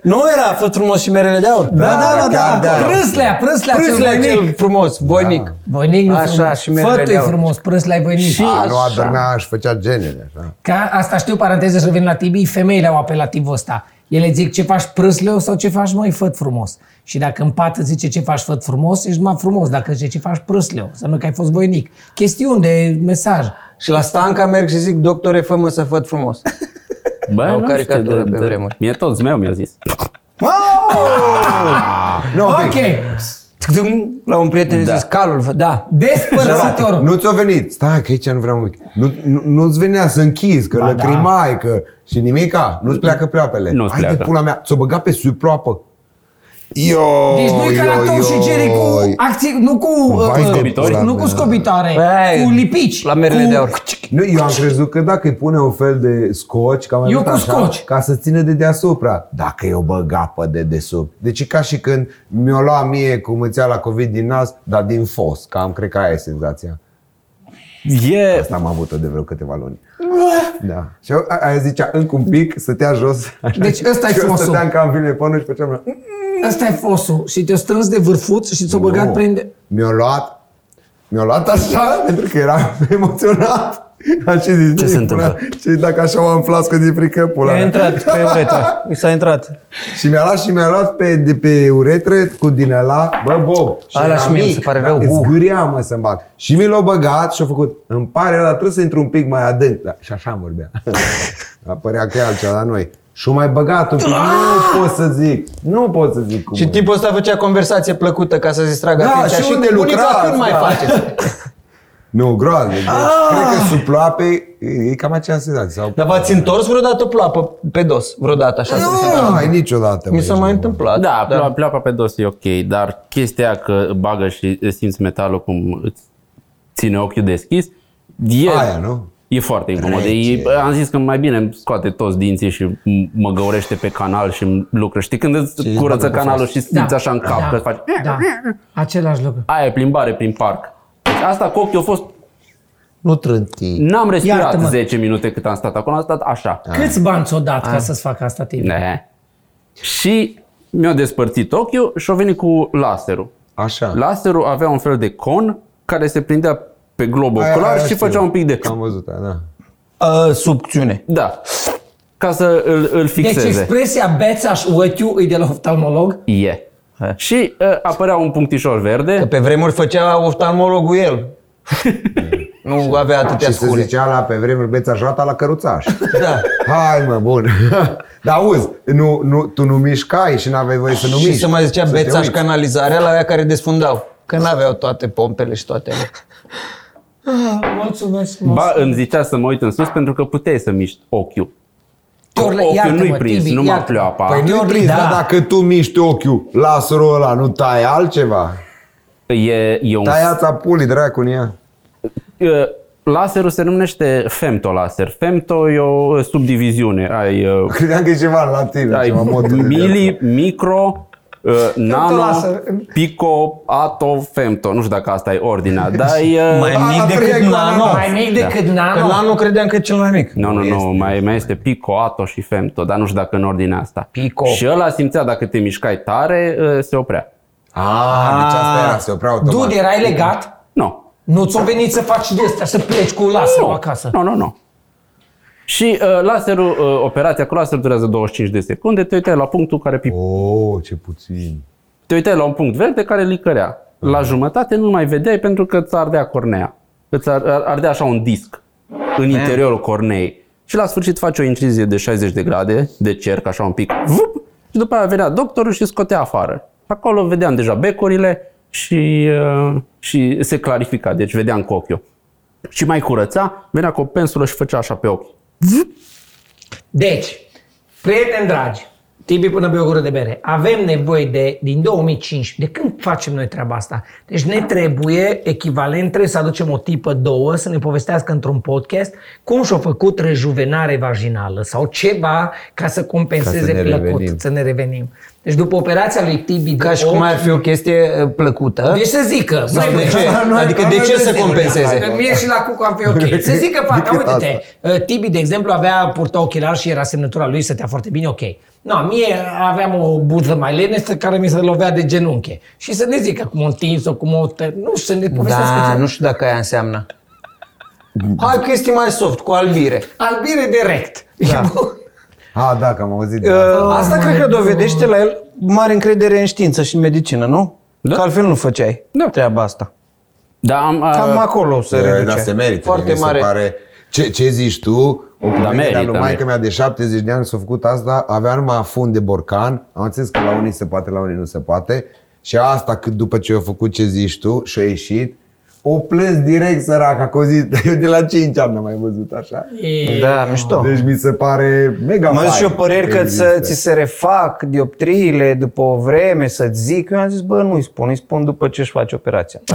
[SPEAKER 6] Nu era fă frumos și merele de aur? Da,
[SPEAKER 4] da, chiar da.
[SPEAKER 3] Prâslea, prâslea,
[SPEAKER 6] Prâslea
[SPEAKER 3] cel voinic.
[SPEAKER 6] cel frumos, voinic. Da.
[SPEAKER 3] Voinic nu
[SPEAKER 6] Așa,
[SPEAKER 3] frumos.
[SPEAKER 6] și merele
[SPEAKER 3] Fătul
[SPEAKER 6] de
[SPEAKER 3] e
[SPEAKER 6] aur.
[SPEAKER 3] frumos, prâslea e voinic. Și...
[SPEAKER 4] A, nu adormea și făcea genele, așa.
[SPEAKER 3] Ca asta știu, paranteză, să revin la Tibi, femeile au apelativul ăsta. Ele zic ce faci prâsleu sau ce faci mai făt frumos. Și dacă în pat îți zice ce faci făt frumos, ești mai frumos. Dacă zice ce faci prâsleu, înseamnă că ai fost voinic. Chestiuni de mesaj.
[SPEAKER 6] Și la Stanca merg și zic, doctore, fă-mă să făt frumos.
[SPEAKER 2] Bă,
[SPEAKER 6] Au
[SPEAKER 2] nu
[SPEAKER 6] caricatură
[SPEAKER 2] știu, de-
[SPEAKER 6] pe
[SPEAKER 2] de-
[SPEAKER 6] vremuri.
[SPEAKER 2] Mie toți meu mi-a zis.
[SPEAKER 4] Nu,
[SPEAKER 3] Ok,
[SPEAKER 6] La un prieten da. zis, calul, fă- da.
[SPEAKER 3] despărțitorul.
[SPEAKER 4] Nu ți-a venit. Stai că aici nu vreau nimic. Nu, nu, nu-ți venea să închizi, că
[SPEAKER 3] da.
[SPEAKER 4] lăcrimai, că și nimica. Nu-ți pleacă pleoapele.
[SPEAKER 2] Nu-ți
[SPEAKER 4] Hai de
[SPEAKER 2] pleacă.
[SPEAKER 4] pula mea. Ți-o băga pe suproapă. Yo,
[SPEAKER 3] Deci nu e ca la Tom și Jerry cu acții, nu cu, uh,
[SPEAKER 4] Vai de
[SPEAKER 2] scobitoare.
[SPEAKER 4] pula
[SPEAKER 3] nu cu
[SPEAKER 4] mea.
[SPEAKER 3] scobitoare,
[SPEAKER 6] Ei,
[SPEAKER 3] cu lipici.
[SPEAKER 6] La merele
[SPEAKER 3] cu...
[SPEAKER 6] de aur.
[SPEAKER 4] Nu, eu am crezut că dacă îi pune un fel de scoci, ca mai
[SPEAKER 3] Eu
[SPEAKER 4] mult
[SPEAKER 3] cu
[SPEAKER 4] așa,
[SPEAKER 3] scoci.
[SPEAKER 4] ca să țină de deasupra, dacă eu băga pe de desubt. Deci e ca și când mi-o lua mie cum îți ia la COVID din nas, dar din fos, că am cred că aia e senzația.
[SPEAKER 2] E,
[SPEAKER 4] Asta am avut-o de vreo câteva luni. Da. Și eu, a- aia zicea, încă un pic, să te jos.
[SPEAKER 3] Deci ăsta e
[SPEAKER 4] Și eu
[SPEAKER 3] frumosul.
[SPEAKER 4] stăteam ca în vine până și făceam... "Mm,
[SPEAKER 3] Asta e fosul și te-o strâns de vârfuț și ți-o băgat
[SPEAKER 4] Nu.
[SPEAKER 3] prin...
[SPEAKER 4] Mi-a luat, mi-a luat așa, pentru că eram emoționat. Am și zis, ce
[SPEAKER 2] se întâmplă?
[SPEAKER 4] Și dacă așa m-am flască din frică, pula
[SPEAKER 6] I-a
[SPEAKER 4] mea.
[SPEAKER 6] intrat pe uretră. I s-a intrat.
[SPEAKER 4] Și mi-a luat și mi-a luat pe, de pe uretre cu din ăla, bă, Bob. Și
[SPEAKER 6] Ala
[SPEAKER 4] era
[SPEAKER 6] și mie mi
[SPEAKER 4] mic,
[SPEAKER 6] se pare
[SPEAKER 4] da,
[SPEAKER 6] rău,
[SPEAKER 4] Îți
[SPEAKER 6] uh.
[SPEAKER 4] zgâria, mă, să-mi bag. Și mi l-a băgat și a făcut, îmi pare, dar trebuie să intru un pic mai adânc. Da, și așa îmi vorbea. Apărea că e altceva la noi. Și o mai băgat un pic. Nu pot să zic. Nu pot să zic cum
[SPEAKER 6] Și
[SPEAKER 4] e.
[SPEAKER 6] tipul ăsta făcea conversație plăcută ca să se stragă
[SPEAKER 4] Da,
[SPEAKER 6] atenția.
[SPEAKER 4] și unde
[SPEAKER 6] bunica,
[SPEAKER 4] lucrați,
[SPEAKER 6] când mai
[SPEAKER 4] da.
[SPEAKER 6] faceți? Ah!
[SPEAKER 4] Nu, groaznic. Deci, cred că sub ploape e, e cam acea senzație. Sau...
[SPEAKER 6] Dar v-ați întors vreodată ploapă pe dos? Vreodată așa?
[SPEAKER 4] Nu, ai niciodată.
[SPEAKER 6] Mi s-a
[SPEAKER 4] băi,
[SPEAKER 6] mai
[SPEAKER 4] ești
[SPEAKER 6] întâmplat.
[SPEAKER 2] Da, da. pleoapa pe dos e ok, dar chestia aia că bagă și simți metalul cum îți ține ochiul deschis, e,
[SPEAKER 4] Aia, nu?
[SPEAKER 2] e foarte incomod.
[SPEAKER 4] Rece.
[SPEAKER 2] E, am zis că mai bine îmi scoate toți dinții și m- mă găurește pe canal și îmi lucră. Știi când îți
[SPEAKER 4] îți
[SPEAKER 2] curăță
[SPEAKER 4] bagă pe
[SPEAKER 2] canalul și simți așa în cap
[SPEAKER 3] da,
[SPEAKER 2] că faci...
[SPEAKER 3] Da, același lucru.
[SPEAKER 2] Aia e plimbare prin parc. Deci Asta cu ochiul a fost...
[SPEAKER 4] Nu trânti. Da.
[SPEAKER 2] N-am respirat
[SPEAKER 3] Iartă-mă.
[SPEAKER 2] 10 minute cât am stat acolo, am stat așa.
[SPEAKER 3] Câți bani ți-o dat ca să-ți facă asta, Tibi?
[SPEAKER 2] Ne. Și mi-a despărțit ochiul și a venit cu laserul.
[SPEAKER 4] Așa.
[SPEAKER 2] Laserul avea un fel de con care se prindea pe glob
[SPEAKER 4] Aia-
[SPEAKER 2] ocular
[SPEAKER 4] aia
[SPEAKER 2] și
[SPEAKER 4] știu.
[SPEAKER 2] făcea un pic de...
[SPEAKER 4] Am văzut, aia, da.
[SPEAKER 6] Uh, sucțiune.
[SPEAKER 2] Da. Ca să îl, îl
[SPEAKER 3] Deci
[SPEAKER 2] fixeze.
[SPEAKER 3] expresia bețaș uătiu e de la oftalmolog?
[SPEAKER 2] E. Și uh, apărea un punctișor verde.
[SPEAKER 6] Pe vremuri făcea oftalmologul el. Nu avea atâtea
[SPEAKER 4] Mm. Și se
[SPEAKER 6] scule.
[SPEAKER 4] zicea la, pe vremuri, beța joata la căruțaș.
[SPEAKER 6] Da.
[SPEAKER 4] Hai mă, bun. Dar auzi, nu, nu, tu nu mișcai și n-aveai voie să nu
[SPEAKER 6] și
[SPEAKER 4] miști.
[SPEAKER 6] se mai zicea
[SPEAKER 4] Să te
[SPEAKER 6] beța și
[SPEAKER 4] uiți.
[SPEAKER 6] canalizarea la aia care desfundau. Că n-aveau toate pompele și toate alea.
[SPEAKER 3] Mulțumesc
[SPEAKER 2] Ba, îmi zicea să mă uit în sus pentru că puteai să miști ochiul.
[SPEAKER 3] Orle,
[SPEAKER 2] ochiul
[SPEAKER 3] iartă-mă,
[SPEAKER 2] nu-i prins,
[SPEAKER 3] Tibi,
[SPEAKER 2] nu mă
[SPEAKER 3] iartă-mă.
[SPEAKER 2] pleoapa.
[SPEAKER 4] Păi nu-i
[SPEAKER 3] Da.
[SPEAKER 4] prins, dar dacă tu miști ochiul, lasurul ăla, nu tai altceva.
[SPEAKER 2] E, e un
[SPEAKER 4] Taiața pulii, dracu, în ea.
[SPEAKER 2] Uh, Laserul se numește femtolaser. Femto e o subdiviziune. Ai, uh,
[SPEAKER 4] Credeam că e ceva Deci, în latină,
[SPEAKER 2] ai
[SPEAKER 4] ceva modul de viață.
[SPEAKER 2] Da, mili, micro, uh, nano,
[SPEAKER 3] Femtolaser.
[SPEAKER 2] pico, ato, femto. Nu știu dacă asta e ordinea, dar e... uh,
[SPEAKER 6] Mai
[SPEAKER 4] A,
[SPEAKER 6] mic
[SPEAKER 4] prea
[SPEAKER 6] decât
[SPEAKER 4] e banana.
[SPEAKER 2] da.
[SPEAKER 6] nano.
[SPEAKER 3] Mai mic decât
[SPEAKER 6] Că
[SPEAKER 3] nano.
[SPEAKER 6] nano credeam că e cel mai mic.
[SPEAKER 2] Nu, nu, nu, mai, mai este pico, ato și femto, dar nu știu dacă în ordinea asta.
[SPEAKER 6] Pico.
[SPEAKER 2] Și ăla simțea dacă te mișcai tare, uh, se oprea.
[SPEAKER 4] A, deci asta era, se oprea automat.
[SPEAKER 3] Dude, erai legat?
[SPEAKER 2] Nu,
[SPEAKER 3] Nu ți-o venit să faci de asta, să pleci cu laserul
[SPEAKER 2] Nu.
[SPEAKER 3] acasă.
[SPEAKER 2] Nu, nu, nu. Și uh, laserul, uh, operația cu laser durează 25 de secunde, te uitai la punctul care pip.
[SPEAKER 4] Oh, ce puțin.
[SPEAKER 2] Te uitai la un punct verde care licărea. La jumătate nu mai vedeai pentru că îți ardea cornea. Îți ar- ar- ardea așa un disc în interiorul corneei. Și la sfârșit faci o incizie de 60 de grade, de cerc, așa un pic. Vup! Și după aia venea doctorul și scotea afară. Acolo vedeam deja becurile și, uh, și se clarifica, deci vedeam cu ochiul. Și mai curăța, venea cu o pensulă și făcea așa pe ochi.
[SPEAKER 3] Deci, prieteni dragi, Tibi până pe o gură de bere. Avem nevoie de, din 2015, de când facem noi treaba asta? Deci ne trebuie echivalent, trebuie să aducem o tipă, două, să ne povestească într-un podcast cum și-a făcut rejuvenare vaginală sau ceva ca să compenseze
[SPEAKER 4] Ca să ne
[SPEAKER 3] plăcut,
[SPEAKER 4] revenim.
[SPEAKER 3] să ne revenim. Deci după operația lui Tibi de
[SPEAKER 6] Ca și
[SPEAKER 3] ochi,
[SPEAKER 6] cum ar fi o chestie uh, plăcută.
[SPEAKER 3] Deci să zică,
[SPEAKER 6] Sau
[SPEAKER 3] băi,
[SPEAKER 6] de ce?
[SPEAKER 4] Noi-
[SPEAKER 6] Adică de
[SPEAKER 4] noi
[SPEAKER 6] ce să
[SPEAKER 4] vedem
[SPEAKER 6] compenseze?
[SPEAKER 4] asta.
[SPEAKER 3] Că mie și la Cucu am fi ok. Să zic că partea,
[SPEAKER 4] Adică
[SPEAKER 3] uite-te, uh, Tibi, de exemplu, avea purta ochelari și era semnătura lui, stătea foarte bine, ok. No, mie aveam o burză mai lenestă care mi se lovea de genunche. Și să ne zică cum o întins sau cum o... Tă... Nu știu, să ne povestească.
[SPEAKER 6] Da,
[SPEAKER 3] ce-
[SPEAKER 6] nu știu dacă aia înseamnă.
[SPEAKER 4] Mm.
[SPEAKER 6] Hai chestii mai soft, cu albire.
[SPEAKER 3] Albire direct. Da.
[SPEAKER 4] A, da, că am auzit de asta.
[SPEAKER 6] Uh, asta cred că dovedește la el mare încredere în știință și în medicină, nu?
[SPEAKER 2] Da.
[SPEAKER 6] Că altfel nu făceai
[SPEAKER 2] Da.
[SPEAKER 6] treaba asta.
[SPEAKER 2] Dar am, uh,
[SPEAKER 6] Cam acolo se
[SPEAKER 4] Da,
[SPEAKER 6] reduce.
[SPEAKER 4] Dar se merită.
[SPEAKER 6] Foarte
[SPEAKER 4] mi se
[SPEAKER 6] mare.
[SPEAKER 4] Pare... Ce, ce zici tu? O
[SPEAKER 2] merită,
[SPEAKER 4] da, lui
[SPEAKER 2] merită.
[SPEAKER 4] maică mea de 70 de ani s-a făcut asta, avea numai fund de borcan, am înțeles că la unii se poate, la unii nu se poate. Și asta, cât după ce a făcut ce zici tu și a ieșit, o plâns direct săraca, că o zis, eu de la 5 ani n-am mai văzut așa.
[SPEAKER 6] Da, mișto.
[SPEAKER 4] Deci mi se pare mega
[SPEAKER 6] Mă
[SPEAKER 4] fain
[SPEAKER 6] zic și eu păreri că să,
[SPEAKER 4] există.
[SPEAKER 6] ți se refac dioptriile după o vreme, să-ți zic. Eu am zis, bă, nu-i spun, îi spun după ce își face operația.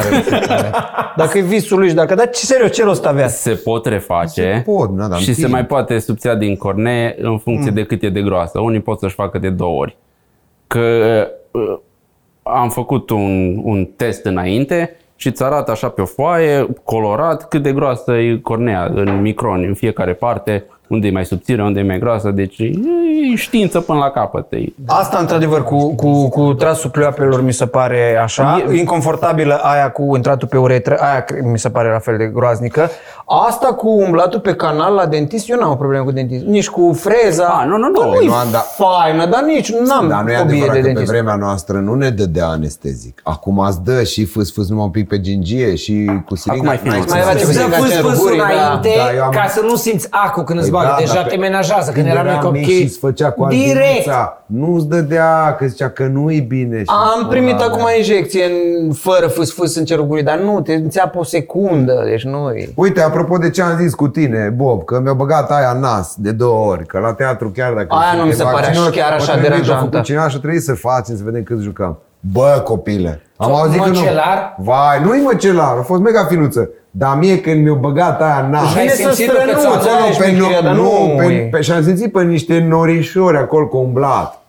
[SPEAKER 6] Are dacă e visul lui și dacă... Dar ce serios, ce rost avea?
[SPEAKER 2] se pot reface
[SPEAKER 4] Se pot, na, dar
[SPEAKER 2] și se
[SPEAKER 4] întâi- Mm.
[SPEAKER 2] mai poate subția din cornee în funcție de cât e de groasă. Unii pot să-și facă de două ori. Că uh, am făcut un, un test înainte și îți arată așa pe o foaie, colorat, cât de groasă e cornea în microni, în fiecare parte, unde e mai subțire, unde e mai groasă, deci e știință până la capăt. E,
[SPEAKER 6] Asta, într-adevăr, cu, cu, cu trasul pleoapelor mi se pare așa, inconfortabilă aia cu intratul pe uretră, aia cre- mi se pare la fel de groaznică. Asta cu umblatul pe canal la dentist, eu n-am o problemă cu dentist. Nici cu freza.
[SPEAKER 2] A, nu, nu, nu.
[SPEAKER 6] Că nu-i
[SPEAKER 4] Ah, Nu am, da.
[SPEAKER 6] faină, dar nici n-am
[SPEAKER 4] Dar nu e
[SPEAKER 6] fobie
[SPEAKER 4] adevărat
[SPEAKER 6] de
[SPEAKER 4] că pe
[SPEAKER 6] dentist.
[SPEAKER 4] vremea noastră nu ne dădea anestezic. Acum îți dă și fâs, fâs numai un pic pe gingie și cu siringa.
[SPEAKER 2] ai fi
[SPEAKER 4] n-ai
[SPEAKER 2] mult.
[SPEAKER 4] ce
[SPEAKER 6] Mai
[SPEAKER 4] să
[SPEAKER 6] era
[SPEAKER 4] faci.
[SPEAKER 6] ceva
[SPEAKER 3] Să pus
[SPEAKER 6] Să zic,
[SPEAKER 3] pâsul
[SPEAKER 6] gurii, da.
[SPEAKER 3] înainte
[SPEAKER 4] Da, eu am-
[SPEAKER 3] ca să nu simți acul când îți
[SPEAKER 4] Păi
[SPEAKER 3] bagă.
[SPEAKER 4] da,
[SPEAKER 3] Deja
[SPEAKER 4] dar
[SPEAKER 3] te
[SPEAKER 4] pe-
[SPEAKER 3] menajează când eram noi
[SPEAKER 4] eram mici
[SPEAKER 3] copii.
[SPEAKER 4] și îți făcea cu
[SPEAKER 3] Direct.
[SPEAKER 4] albinuța, Nu-ți dădea, că zicea că nu-i bine. Și
[SPEAKER 6] Am primit
[SPEAKER 4] Ora,
[SPEAKER 6] acum injecție în, fără fâs-fâs în cerul gurii, dar nu, te înțeapă o secundă, deci nu e.
[SPEAKER 4] Uite, apropo de ce am zis cu tine, Bob, că mi-a băgat aia în nas de două ori, că la teatru chiar dacă...
[SPEAKER 6] Aia
[SPEAKER 4] sunt
[SPEAKER 6] nu mi se
[SPEAKER 4] de
[SPEAKER 6] pare
[SPEAKER 4] vaccinat,
[SPEAKER 6] chiar așa
[SPEAKER 4] poate nu-i
[SPEAKER 6] deranjantă.
[SPEAKER 4] de făcut cineva și trebuie să facem, să vedem cât jucăm. Bă, copile, am
[SPEAKER 3] Sau
[SPEAKER 4] auzit
[SPEAKER 3] măcelar?
[SPEAKER 4] că nu... Vai, nu-i măcelar, a fost mega finuță. Dar mie când mi-a băgat aia în nas...
[SPEAKER 3] Deci ai simțit că ți-a
[SPEAKER 6] strănuți,
[SPEAKER 3] dat
[SPEAKER 6] aia e
[SPEAKER 4] pe,
[SPEAKER 6] șmecheria, dar nu,
[SPEAKER 4] nu, pe,
[SPEAKER 6] e.
[SPEAKER 4] pe, și am simțit pe niște norișori acolo cu umblat.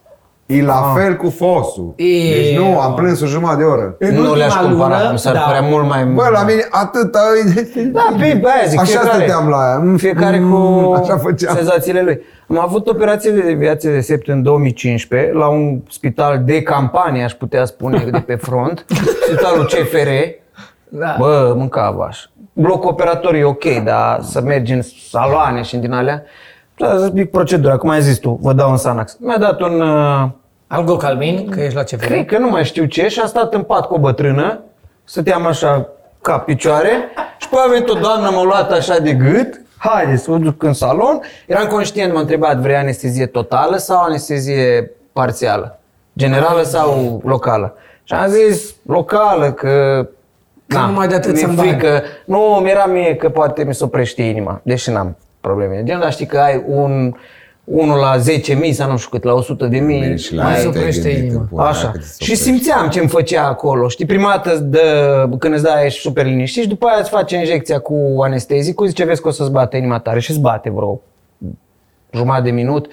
[SPEAKER 4] E la fel cu fosul.
[SPEAKER 3] E.
[SPEAKER 4] Deci nu, am plâns o jumătate de oră.
[SPEAKER 3] În
[SPEAKER 6] Nu le-aș
[SPEAKER 3] ultima lună,
[SPEAKER 6] cumpăra, mi s-ar
[SPEAKER 3] da.
[SPEAKER 6] părea mult mai...
[SPEAKER 4] Bă, la mine atâta...
[SPEAKER 6] Da, pe pe aia zic,
[SPEAKER 4] Așa
[SPEAKER 6] fiecare,
[SPEAKER 4] stăteam la aia. Mm,
[SPEAKER 6] Fiecare
[SPEAKER 4] mm,
[SPEAKER 6] cu
[SPEAKER 4] așa făceam.
[SPEAKER 6] senzațiile lui. Am avut operație de deviație de sept în 2015 la un spital de campanie, aș putea spune, de pe front, spitalul CFR.
[SPEAKER 3] Da.
[SPEAKER 6] Bă, mânca avaș. Bloc operator e ok, dar să mergi în saloane și în din alea. Da, să zic procedura, cum ai zis tu, vă dau un Sanax. Mi-a dat un... uh,
[SPEAKER 3] Algocalmin, că ești la CFR.
[SPEAKER 6] Cred că nu mai știu ce și am stat în pat cu o bătrână, stăteam așa ca picioare și Și apoi a venit o doamnă, m-a luat așa de gât, haide să o duc în salon. Eram conștient, m-a întrebat, vrei anestezie totală sau anestezie parțială? Generală sau locală? Și am zis, locală, că...
[SPEAKER 3] Că numai de atât
[SPEAKER 6] mi-e
[SPEAKER 3] să-mi
[SPEAKER 6] frică. Nu, mi-era mie că poate mi se oprește inima, deși n-am probleme de genul, dar știi că ai un... 1 la 10.000 sau nu știu cât, la 100 de mii.
[SPEAKER 4] Mergi la
[SPEAKER 3] mai
[SPEAKER 4] aia, te-ai
[SPEAKER 3] oprește
[SPEAKER 4] gândit
[SPEAKER 3] inima.
[SPEAKER 4] în pula mea
[SPEAKER 6] Așa.
[SPEAKER 4] că ți se
[SPEAKER 6] Și
[SPEAKER 4] oprește.
[SPEAKER 6] simțeam ce-mi făcea acolo. Știi, prima dată dă, când îți dai ești super liniștit și după aia îți face injecția cu anestezicul, zice vezi că o să-ți bate inima tare și îți bate vreo jumătate de minut,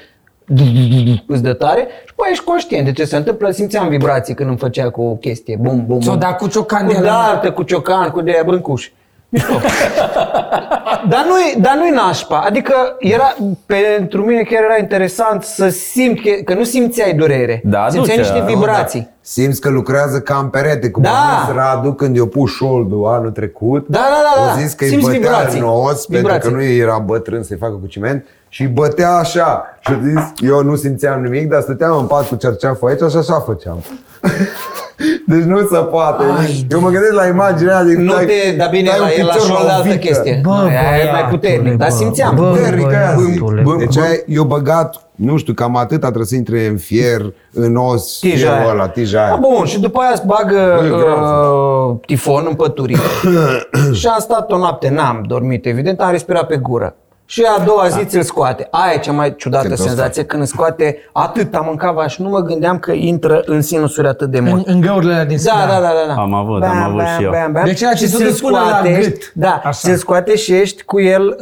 [SPEAKER 6] îți dă tare și după aia ești conștient de ce se întâmplă. Simțeam vibrații când îmi făcea cu o chestie. Bum, bum,
[SPEAKER 3] Ți-o
[SPEAKER 6] bum.
[SPEAKER 3] dat da cu ciocan de
[SPEAKER 6] Cu
[SPEAKER 3] la-
[SPEAKER 6] dartă, cu ciocan, cu de aia brâncuș. Mișto. dar nu-i, dar nu-i nașpa. Adică era, pentru mine chiar era interesant să simt că, că nu simțeai durere.
[SPEAKER 2] Da,
[SPEAKER 6] simțeai
[SPEAKER 2] duce.
[SPEAKER 6] niște vibrații.
[SPEAKER 4] Simți că lucrează ca în perete, cum
[SPEAKER 6] Da.
[SPEAKER 4] a zis Radu când i-a pus șoldul anul trecut.
[SPEAKER 6] Da, da, da, da.
[SPEAKER 4] O zis că îi
[SPEAKER 6] Simți
[SPEAKER 4] bătea
[SPEAKER 6] vibrații.
[SPEAKER 4] în os, pentru că
[SPEAKER 6] Vibrații.
[SPEAKER 4] nu era bătrân să-i facă cu ciment și îi bătea așa. Și a zis, eu nu simțeam nimic, dar stăteam în pat cu cerceafă aici și așa făceam. deci nu se poate. Ai, eu mă gândesc la imaginea aia de
[SPEAKER 6] Nu
[SPEAKER 4] dai-
[SPEAKER 6] te, da bine,
[SPEAKER 4] dai un
[SPEAKER 6] la el
[SPEAKER 4] picior
[SPEAKER 6] așa
[SPEAKER 4] la
[SPEAKER 6] o
[SPEAKER 4] o
[SPEAKER 6] altă
[SPEAKER 4] vită.
[SPEAKER 6] chestie.
[SPEAKER 3] Bă,
[SPEAKER 6] Aia e mai
[SPEAKER 3] băiatule,
[SPEAKER 6] puternic, dar
[SPEAKER 3] bă,
[SPEAKER 6] simțeam.
[SPEAKER 3] bă,
[SPEAKER 6] Bă,
[SPEAKER 4] Puternic aia zic.
[SPEAKER 3] băiatule,
[SPEAKER 4] Bă,
[SPEAKER 3] bă.
[SPEAKER 4] Deci aia, eu băgat, nu știu, cam atât a trebuit să intre în fier, în os,
[SPEAKER 6] tija
[SPEAKER 4] fierul
[SPEAKER 6] aia.
[SPEAKER 4] ăla, tija
[SPEAKER 6] Da,
[SPEAKER 4] aia.
[SPEAKER 6] bun, și după aia îți bagă
[SPEAKER 4] Bă, e
[SPEAKER 6] uh, tifon în păturire. și am stat o noapte, n-am dormit, evident, am respirat pe gură. Și a doua
[SPEAKER 2] Da.
[SPEAKER 6] zi ți-l scoate. Aia e cea mai ciudată
[SPEAKER 4] Când te-o
[SPEAKER 6] senzație, când îți scoate atât, am mâncat și nu mă gândeam că intră în sinusuri atât de
[SPEAKER 3] În,
[SPEAKER 6] mult.
[SPEAKER 3] în găurile alea din
[SPEAKER 6] Da,
[SPEAKER 3] sân.
[SPEAKER 6] da, da, da, da.
[SPEAKER 2] Am avut, am avut și eu.
[SPEAKER 3] Deci era
[SPEAKER 6] Și
[SPEAKER 3] ce
[SPEAKER 6] ți-l
[SPEAKER 3] duce până la
[SPEAKER 6] scoate,
[SPEAKER 3] gât.
[SPEAKER 6] Da,
[SPEAKER 3] Așa.
[SPEAKER 6] ți-l scoate și ești cu el,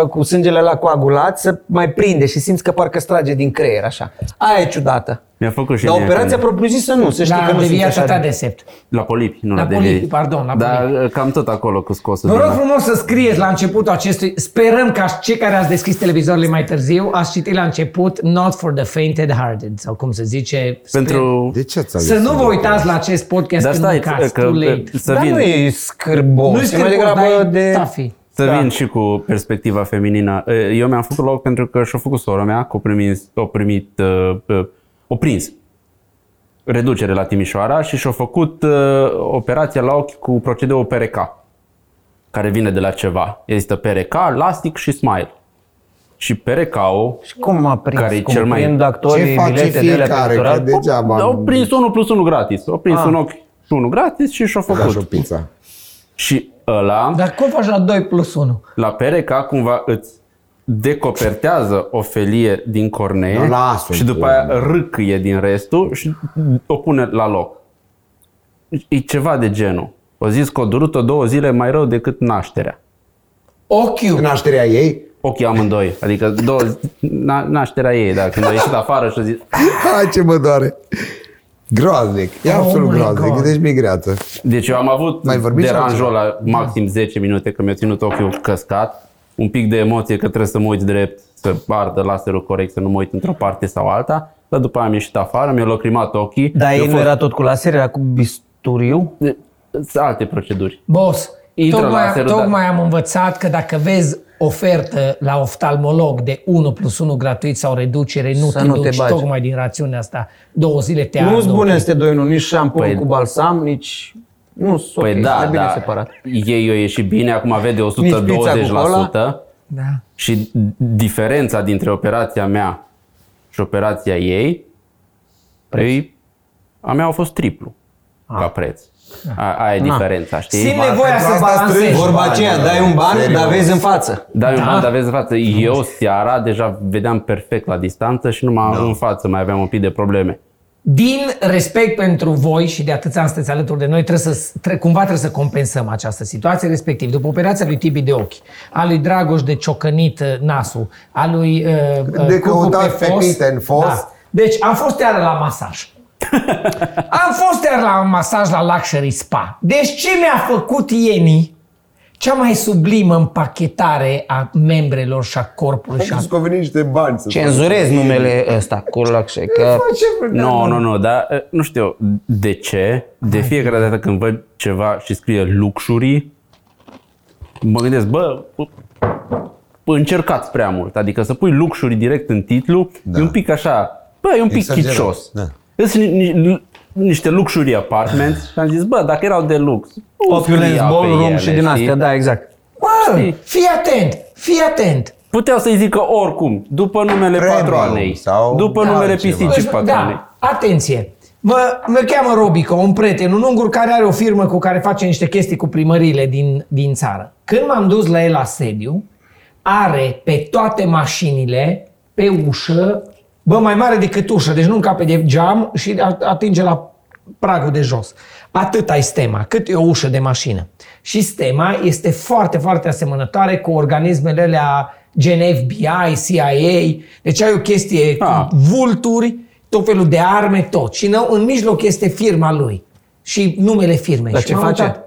[SPEAKER 6] uh, cu sângele la coagulat, să mai prinde și simți că parcă strage din creier, așa. Aia e ciudată.
[SPEAKER 2] Mi-a făcut și
[SPEAKER 6] Dar
[SPEAKER 2] mie
[SPEAKER 6] operația
[SPEAKER 2] când-
[SPEAKER 6] propriu-zisă nu, să știi
[SPEAKER 3] La
[SPEAKER 6] că nu simți
[SPEAKER 3] deviața
[SPEAKER 6] așa.
[SPEAKER 3] ta Da, de sept.
[SPEAKER 2] La polipi, nu la,
[SPEAKER 3] La
[SPEAKER 2] la
[SPEAKER 3] polipi,
[SPEAKER 2] DVI.
[SPEAKER 3] pardon, la
[SPEAKER 2] Dar uh, cam tot acolo cu scosul.
[SPEAKER 3] Vă
[SPEAKER 2] din
[SPEAKER 3] rog
[SPEAKER 2] nas.
[SPEAKER 3] frumos să scrieți la începutul acestui. Sperăm că cei care ați deschis televizoarele mai târziu ați citit la început Not for the fainted hearted sau cum se zice. Sper-
[SPEAKER 2] Pentru...
[SPEAKER 4] De ce ți-a
[SPEAKER 3] Să nu vă uitați la acest podcast
[SPEAKER 2] Dar
[SPEAKER 3] când
[SPEAKER 2] stai, uh,
[SPEAKER 3] mâncați.
[SPEAKER 2] că
[SPEAKER 3] Too late.
[SPEAKER 2] să
[SPEAKER 6] Dar
[SPEAKER 2] vin,
[SPEAKER 6] nu e scârbos,
[SPEAKER 3] Nu-i
[SPEAKER 6] e mai
[SPEAKER 3] scârbos, dar
[SPEAKER 6] degrabă
[SPEAKER 3] e da.
[SPEAKER 6] de...
[SPEAKER 3] tafi.
[SPEAKER 2] să vin și cu perspectiva feminină. E, Eu mi-am făcut loc pentru că și-a făcut sora mea, că o primit, o primit, uh, uh, o prins reducere la Timișoara și și-a făcut uh, operația la ochi cu procedeul PRK, care vine de la ceva. Există PRK, Lastic și Smile. Și PRK-ul
[SPEAKER 6] Și cum m-a prins?
[SPEAKER 2] Care e
[SPEAKER 6] cum
[SPEAKER 2] cel mai-
[SPEAKER 6] prind
[SPEAKER 4] Ce
[SPEAKER 6] actorii
[SPEAKER 4] face
[SPEAKER 6] bilete de ele pe
[SPEAKER 4] fiecare? Că
[SPEAKER 6] doctorat?
[SPEAKER 4] degeaba
[SPEAKER 2] au prins unul plus unul gratis. Au prins
[SPEAKER 6] Ah.
[SPEAKER 2] un ochi și unul gratis și și-a
[SPEAKER 4] da și o
[SPEAKER 2] făcut.
[SPEAKER 4] pizza.
[SPEAKER 2] Și ăla...
[SPEAKER 3] Dar cum faci la 2 plus 1?
[SPEAKER 2] La pereca cumva îți decopertează o felie din cornee
[SPEAKER 4] Da, lasă-o,
[SPEAKER 2] și după aia râcâie din restul și o pune la loc. Deci, E ceva de genul. O zis că o durut-o două zile mai rău decât nașterea.
[SPEAKER 3] Ochiul.
[SPEAKER 4] Nașterea ei?
[SPEAKER 2] Ochii amândoi. Adică două, na, nașterea ei, da, când a ieșit afară și a zis...
[SPEAKER 4] Hai ce mă doare! Groaznic, e
[SPEAKER 3] Oh
[SPEAKER 4] absolut
[SPEAKER 3] my
[SPEAKER 4] groaznic,
[SPEAKER 3] God.
[SPEAKER 4] deci migreață.
[SPEAKER 2] Deci eu am avut
[SPEAKER 4] Mai vorbit sau
[SPEAKER 2] deranjul la maxim 10 minute, că mi-a ținut ochiul căscat, un pic de emoție că trebuie să mă uit drept, să ardă laserul corect, să nu mă uit într-o parte sau alta, dar după aia am ieșit afară, mi-a lacrimat ochii.
[SPEAKER 6] Dar
[SPEAKER 2] Eu
[SPEAKER 6] Da, ei nu
[SPEAKER 2] fost-
[SPEAKER 6] era tot cu laser, era cu bisturiu?
[SPEAKER 2] Sunt alte proceduri.
[SPEAKER 3] Boss,
[SPEAKER 2] Intră la
[SPEAKER 3] tocmai,
[SPEAKER 2] serul,
[SPEAKER 3] tocmai am învățat că dacă vezi ofertă la oftalmolog de 1 plus 1 gratuit sau reducere, nu
[SPEAKER 6] Să
[SPEAKER 3] te
[SPEAKER 6] nu te
[SPEAKER 3] duci
[SPEAKER 6] bagi.
[SPEAKER 3] tocmai din rațiunea asta. Două zile te
[SPEAKER 5] Da,
[SPEAKER 6] Nu sunt
[SPEAKER 3] ardă
[SPEAKER 6] bune este doi, nu, nici șampon
[SPEAKER 2] Păi-
[SPEAKER 6] cu balsam, nici... Nu, sunt
[SPEAKER 2] Păi
[SPEAKER 6] ok,
[SPEAKER 2] da,
[SPEAKER 6] mai bine
[SPEAKER 2] da,
[SPEAKER 6] separat.
[SPEAKER 2] ei o ieși bine, acum vede
[SPEAKER 6] Nici pizza cu
[SPEAKER 2] 120%
[SPEAKER 3] Da.
[SPEAKER 2] și diferența dintre operația mea și operația ei, ei a mea a fost triplu ca preț. A, aia e
[SPEAKER 6] Na.
[SPEAKER 2] diferența, știi?
[SPEAKER 3] Simt nevoia
[SPEAKER 4] pentru
[SPEAKER 3] să
[SPEAKER 4] asta
[SPEAKER 3] balancezi.
[SPEAKER 4] strângi
[SPEAKER 6] Vorba
[SPEAKER 4] Bani,
[SPEAKER 6] aceea,
[SPEAKER 4] bani,
[SPEAKER 6] dai un ban,
[SPEAKER 4] serios.
[SPEAKER 6] dar vezi în față.
[SPEAKER 2] Da, eu da. aveți în față. Eu seara deja vedeam perfect la distanță și numai da. în față mai aveam un pic de probleme.
[SPEAKER 3] Din respect pentru voi și de atâția ani sunteți alături de noi, trebuie să, tre- cumva trebuie să compensăm această situație, respectiv după operația lui Tibi de ochi, a lui Dragoș de ciocănit uh, nasul, a lui uh, uh,
[SPEAKER 4] De
[SPEAKER 3] Cucu
[SPEAKER 4] căutat
[SPEAKER 3] pe
[SPEAKER 4] fetițe în fost.
[SPEAKER 3] Deci am fost iară la masaj. am fost iară la masaj la Luxury Spa. Deci ce mi-a făcut Ieni? Cea mai sublimă împachetare a membrelor și a corpului și a
[SPEAKER 4] Că veni niște bani să
[SPEAKER 6] Cenzurez numele ăsta, cu laxe, că...
[SPEAKER 2] Nu, nu, nu, dar eh, nu știu de ce. De fiecare dată când văd ceva și scrie luxury, mă gândesc, bă, încercați prea mult. Adică să pui luxury direct în titlu, da. e un pic așa, bă, e un pic
[SPEAKER 4] Exagerat,
[SPEAKER 2] chicios.
[SPEAKER 4] da.
[SPEAKER 2] Sunt ni- ni- niște luxury apartments și am zis, bă, dacă erau de lux, o
[SPEAKER 5] Opulence,
[SPEAKER 2] scria pe
[SPEAKER 5] ballroom
[SPEAKER 2] ele,
[SPEAKER 5] și din
[SPEAKER 2] știi?
[SPEAKER 5] astea, da, exact.
[SPEAKER 3] Bă,
[SPEAKER 2] Știi.
[SPEAKER 3] fii atent, fii atent.
[SPEAKER 2] Puteau să-i zică oricum, după numele
[SPEAKER 4] Premium
[SPEAKER 2] patroanei,
[SPEAKER 4] sau
[SPEAKER 2] după
[SPEAKER 4] da,
[SPEAKER 2] numele
[SPEAKER 4] altceva.
[SPEAKER 2] pisicii patroanei.
[SPEAKER 3] Da, atenție. Mă, mă cheamă Robico, un prieten, un ungur care are o firmă cu care face niște chestii cu primările din, din țară. Când m-am dus la el la sediu, are pe toate mașinile, pe ușă, bă, mai mare decât ușă, deci nu încape de geam și a- atinge la pragul de jos. Atâta e stema, cât e o ușă de mașină. Și stema este foarte, foarte asemănătoare cu organismele alea gen FBI, CIA, deci ai o chestie
[SPEAKER 2] Ah.
[SPEAKER 3] cu vulturi, tot felul de arme, tot. Și în, în mijloc este firma lui și numele firmei.
[SPEAKER 6] Dar
[SPEAKER 3] și
[SPEAKER 6] ce
[SPEAKER 3] m-am
[SPEAKER 6] face?
[SPEAKER 3] uitat.